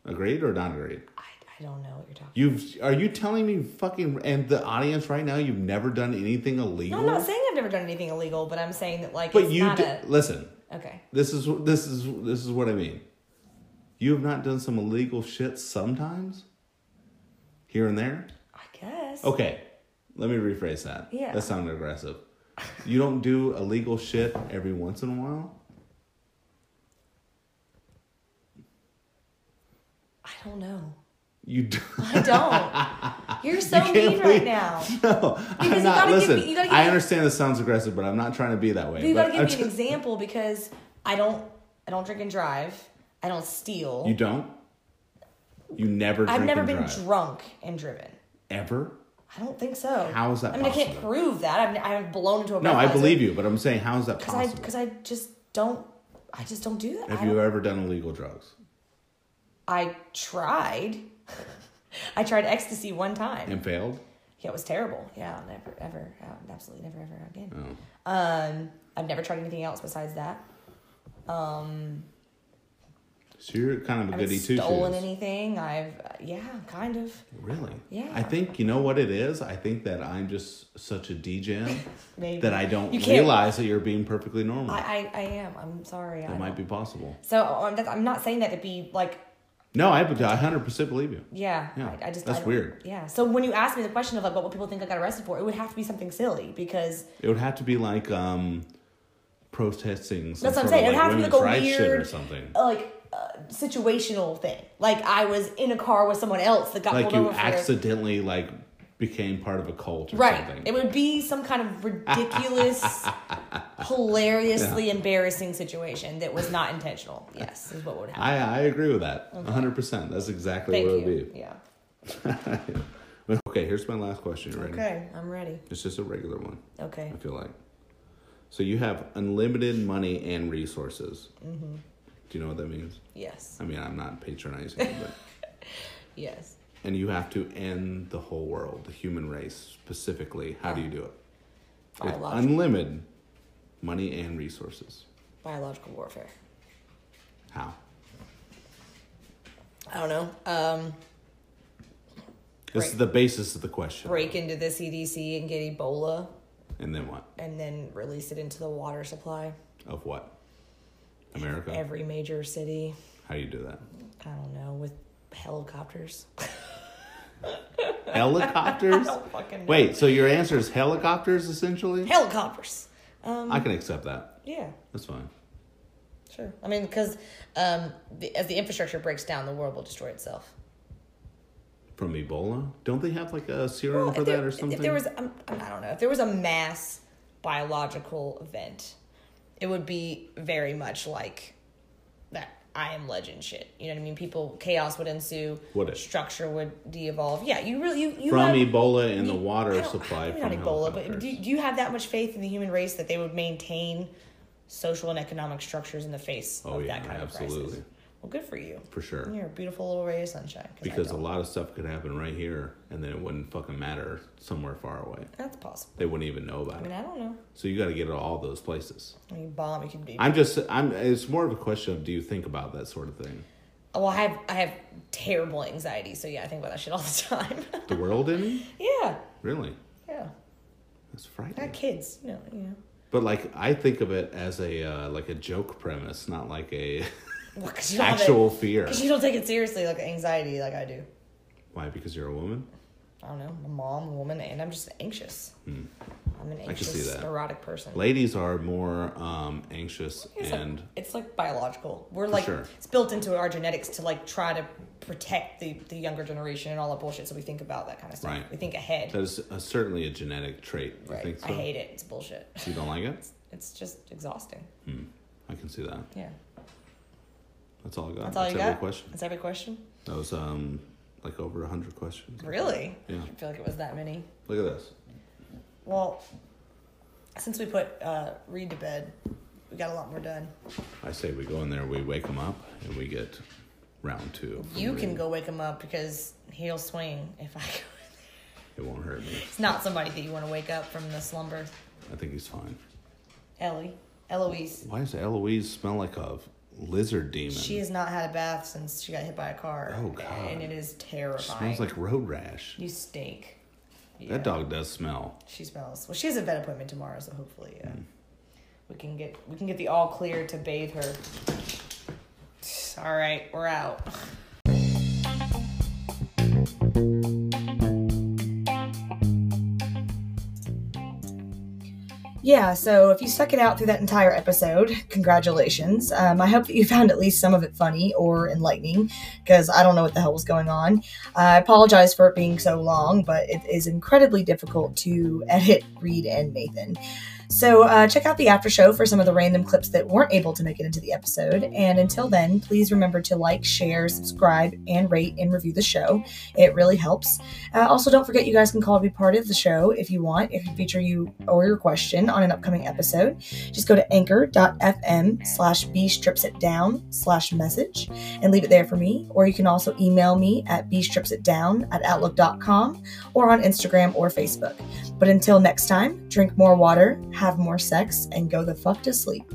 Speaker 3: Agreed or not agreed?
Speaker 2: I, I don't know what you're talking
Speaker 3: You've are you telling me fucking and the audience right now you've never done anything
Speaker 2: No,
Speaker 3: illegal?
Speaker 2: I'm not saying I've never done anything illegal, but I'm saying that like
Speaker 3: but
Speaker 2: it's
Speaker 3: you
Speaker 2: not
Speaker 3: di-
Speaker 2: a
Speaker 3: listen.
Speaker 2: okay.
Speaker 3: This is this is this is what I mean. You have not done some illegal shit sometimes, here and there.
Speaker 2: I guess.
Speaker 3: Okay, let me rephrase that.
Speaker 2: Yeah.
Speaker 3: that sounded aggressive. You don't do illegal shit every once in a while.
Speaker 2: I don't know.
Speaker 3: You do.
Speaker 2: I don't. You're so
Speaker 3: can't
Speaker 2: mean
Speaker 3: believe-
Speaker 2: right now.
Speaker 3: No,
Speaker 2: you
Speaker 3: I'm not.
Speaker 2: gotta give
Speaker 3: Listen,
Speaker 2: me- you gotta give
Speaker 3: I
Speaker 2: me-
Speaker 3: understand this sounds aggressive, but I'm not trying to be that way.
Speaker 2: But you
Speaker 3: But
Speaker 2: gotta
Speaker 3: I'm
Speaker 2: give me an
Speaker 3: just-
Speaker 2: example because I don't I don't drink and drive. I don't steal.
Speaker 3: You don't. You never. Drink
Speaker 2: I've never
Speaker 3: and
Speaker 2: been
Speaker 3: drive.
Speaker 2: drunk and driven.
Speaker 3: ever.
Speaker 2: I I don't think so.
Speaker 3: How is that
Speaker 2: I mean, I can't
Speaker 3: possible?
Speaker 2: prove that. I'm, I'm blown into a
Speaker 3: No, I believe you, but I'm saying how is that
Speaker 2: because I
Speaker 3: possible?
Speaker 2: because I just don't. I just don't do that. I,
Speaker 3: Have you ever done illegal drugs?
Speaker 2: I tried. I tried ecstasy one time.
Speaker 3: and failed.
Speaker 2: Yeah, it was terrible. Yeah, I'll never, ever, uh, absolutely never, ever again.
Speaker 3: Oh.
Speaker 2: Um, I've never tried anything else besides that.
Speaker 3: So you're kind of
Speaker 2: I
Speaker 3: a
Speaker 2: haven't
Speaker 3: goody two
Speaker 2: stolen
Speaker 3: shoes.
Speaker 2: anything. I've, uh, yeah, kind of.
Speaker 3: Really?
Speaker 2: Yeah.
Speaker 3: I think you know what it is. I think that I'm just such a DJ
Speaker 2: Maybe.
Speaker 3: that I don't
Speaker 2: You can't-
Speaker 3: realize that you're being perfectly normal.
Speaker 2: I, I, I am. I'm sorry. I
Speaker 3: it might
Speaker 2: might
Speaker 3: be possible.
Speaker 2: So um, that's, I'm not saying that to be like,
Speaker 3: No, I 100 percent believe you.
Speaker 2: yeah.
Speaker 3: Yeah,
Speaker 2: I, I just
Speaker 3: that's
Speaker 2: I don't-
Speaker 3: weird.
Speaker 2: Yeah. So when you ask me the question of like, what would people think I got arrested for? It would have to be something silly because
Speaker 3: It would have to be like um, protesting. Some
Speaker 2: That's what I'm
Speaker 3: sort
Speaker 2: saying.
Speaker 3: Of
Speaker 2: It'd
Speaker 3: like
Speaker 2: have to be
Speaker 3: women's
Speaker 2: like a
Speaker 3: rights shit or
Speaker 2: weird-
Speaker 3: something.
Speaker 2: uh, like uh, situational thing. Like I was in a car with someone else that got
Speaker 3: Like
Speaker 2: pulled
Speaker 3: you
Speaker 2: over. for-
Speaker 3: accidentally like became part of a cult or
Speaker 2: Right.
Speaker 3: something.
Speaker 2: It would be some kind of ridiculous, hilariously embarrassing situation that was not intentional. Yes, is what would happen.
Speaker 3: I I agree with that. 100. percent That's exactly
Speaker 2: Thank
Speaker 3: what it
Speaker 2: you.
Speaker 3: would be.
Speaker 2: Yeah.
Speaker 3: But Okay, here's my last question. You ready?
Speaker 2: Okay, I'm ready.
Speaker 3: It's just a regular one.
Speaker 2: Okay.
Speaker 3: I feel like. So you have unlimited money and resources.
Speaker 2: Mm-hmm.
Speaker 3: Do you know what that means?
Speaker 2: Yes.
Speaker 3: I mean, I'm not patronizing, but
Speaker 2: Yes.
Speaker 3: and you have to end the whole world, the human race specifically. How do you do it? With
Speaker 2: Biological,
Speaker 3: unlimited money and resources.
Speaker 2: biological warfare.
Speaker 3: How?
Speaker 2: I don't know. Um,
Speaker 3: This
Speaker 2: Right.
Speaker 3: is the basis of the question.
Speaker 2: break into the CDC and get Ebola,
Speaker 3: And then what?
Speaker 2: and then release it into the water supply.
Speaker 3: Of what? America.
Speaker 2: Every major city.
Speaker 3: How do you do that?
Speaker 2: I don't know with helicopters.
Speaker 3: Helicopters.
Speaker 2: fucking know.
Speaker 3: Wait. So your answer is helicopters, essentially.
Speaker 2: Helicopters. Um,
Speaker 3: I can accept that.
Speaker 2: Yeah.
Speaker 3: That's fine.
Speaker 2: Sure. I mean, because um, the, as the infrastructure breaks down, the world will destroy itself.
Speaker 3: From Ebola? Don't they have like a serum for
Speaker 2: if there-
Speaker 3: that or something?
Speaker 2: If there was, um, I don't know, if there was a mass biological event, it would be very much like that I am legend shit. You know what I mean? People, chaos would ensue.
Speaker 3: Would it?
Speaker 2: Structure would de-evolve. Yeah, you really, you, you
Speaker 3: from
Speaker 2: have-
Speaker 3: Ebola and the
Speaker 2: you- I
Speaker 3: water
Speaker 2: don't-
Speaker 3: supply
Speaker 2: maybe
Speaker 3: from
Speaker 2: not Ebola, but do,
Speaker 3: helicopters.
Speaker 2: do you have that much faith in the human race that they would maintain social and economic structures in the face
Speaker 3: Oh,
Speaker 2: of
Speaker 3: yeah,
Speaker 2: that kind of
Speaker 3: absolutely.
Speaker 2: crisis? Well, good for you.
Speaker 3: for sure.
Speaker 2: You're a beautiful little ray of sunshine. 'cause I
Speaker 3: Because a
Speaker 2: don't.
Speaker 3: lot of stuff could happen right here, and then it wouldn't fucking matter somewhere far away.
Speaker 2: that's possible.
Speaker 3: They wouldn't even know about
Speaker 2: I mean,
Speaker 3: it.
Speaker 2: I don't know.
Speaker 3: So you got to get it all those places.
Speaker 2: I mean, bomb. You can be.
Speaker 3: I'm just, I'm. It's more of a question of do you think about that sort of thing?
Speaker 2: well, I have I have terrible anxiety, so yeah, I think about that shit all the time.
Speaker 3: The world in
Speaker 2: yeah,
Speaker 3: really?
Speaker 2: yeah.
Speaker 3: That's
Speaker 2: I got
Speaker 3: frightening.
Speaker 2: kids. You know, you know.
Speaker 3: But like, I think of it as a uh, like a joke premise, not like a
Speaker 2: Well, cause you don't have it-
Speaker 3: actual fear.
Speaker 2: 'cause you don't take it seriously, like anxiety, like I do.
Speaker 3: Why? Because you're a woman.
Speaker 2: I don't know, I'm a mom, a woman, and I'm just anxious. I'm an
Speaker 3: Hmm. can
Speaker 2: anxious,
Speaker 3: see that.
Speaker 2: neurotic person.
Speaker 3: Ladies are more um, anxious
Speaker 2: It's like,
Speaker 3: and
Speaker 2: it's like biological. We're like
Speaker 3: sure.
Speaker 2: it's built into our genetics to like try to protect the, the younger generation and all that bullshit. So we think about that kind of stuff.
Speaker 3: Right.
Speaker 2: We think ahead.
Speaker 3: that is uh certainly a genetic trait. You
Speaker 2: right.
Speaker 3: think so?
Speaker 2: I hate it. It's bullshit.
Speaker 3: You don't like it?
Speaker 2: It's just exhausting.
Speaker 3: I can see that.
Speaker 2: Yeah.
Speaker 3: That's all I got.
Speaker 2: That's all you
Speaker 3: every
Speaker 2: got.
Speaker 3: question.
Speaker 2: That's every question.
Speaker 3: That was um like over a hundred questions.
Speaker 2: Really?
Speaker 3: Yeah.
Speaker 2: I feel like it was that many.
Speaker 3: Look at this.
Speaker 2: Well, since we put uh, Reed to bed, we got a lot more done.
Speaker 3: I say we go in there, we wake them up, and we get round two. from
Speaker 2: You can
Speaker 3: reading.
Speaker 2: go wake him up because he'll swing if I go.
Speaker 3: It won't hurt me.
Speaker 2: It's not somebody that you want to wake up from the slumber.
Speaker 3: I think he's fine.
Speaker 2: Ellie. Eloise.
Speaker 3: Why does Eloise smell like a lizard demon?
Speaker 2: She has not had a bath since she got hit by a car.
Speaker 3: Oh, God.
Speaker 2: And it is
Speaker 3: She
Speaker 2: terrifying.
Speaker 3: smells like road rash.
Speaker 2: you stink. Yeah.
Speaker 3: That dog does smell.
Speaker 2: She smells. Well, she has a vet appointment tomorrow, so hopefully, yeah. We can get we can get the all clear to bathe her. All right, we're out. Yeah, so if you stuck it out through that entire episode, congratulations. Um, I hope that you found at least some of it funny or enlightening, because I don't know what the hell was going on. I apologize for it being so long, but it is incredibly difficult to edit Reed and Nathan.
Speaker 1: So uh, check out the after show for some of the random clips that weren't able to make it into the episode. And until then, please remember to like, share, subscribe, and rate and review the show. It really helps. Uh, also, don't forget you guys can call to be part of the show if you want, if you feature you or your question on an upcoming episode. Just go to anchor.fm slash b strips it down slash message and leave it there for me. Or you can also email me at b strips it down at outlook.com or on Instagram or Facebook. But until next time, drink more water, have more sex, and go the fuck to sleep.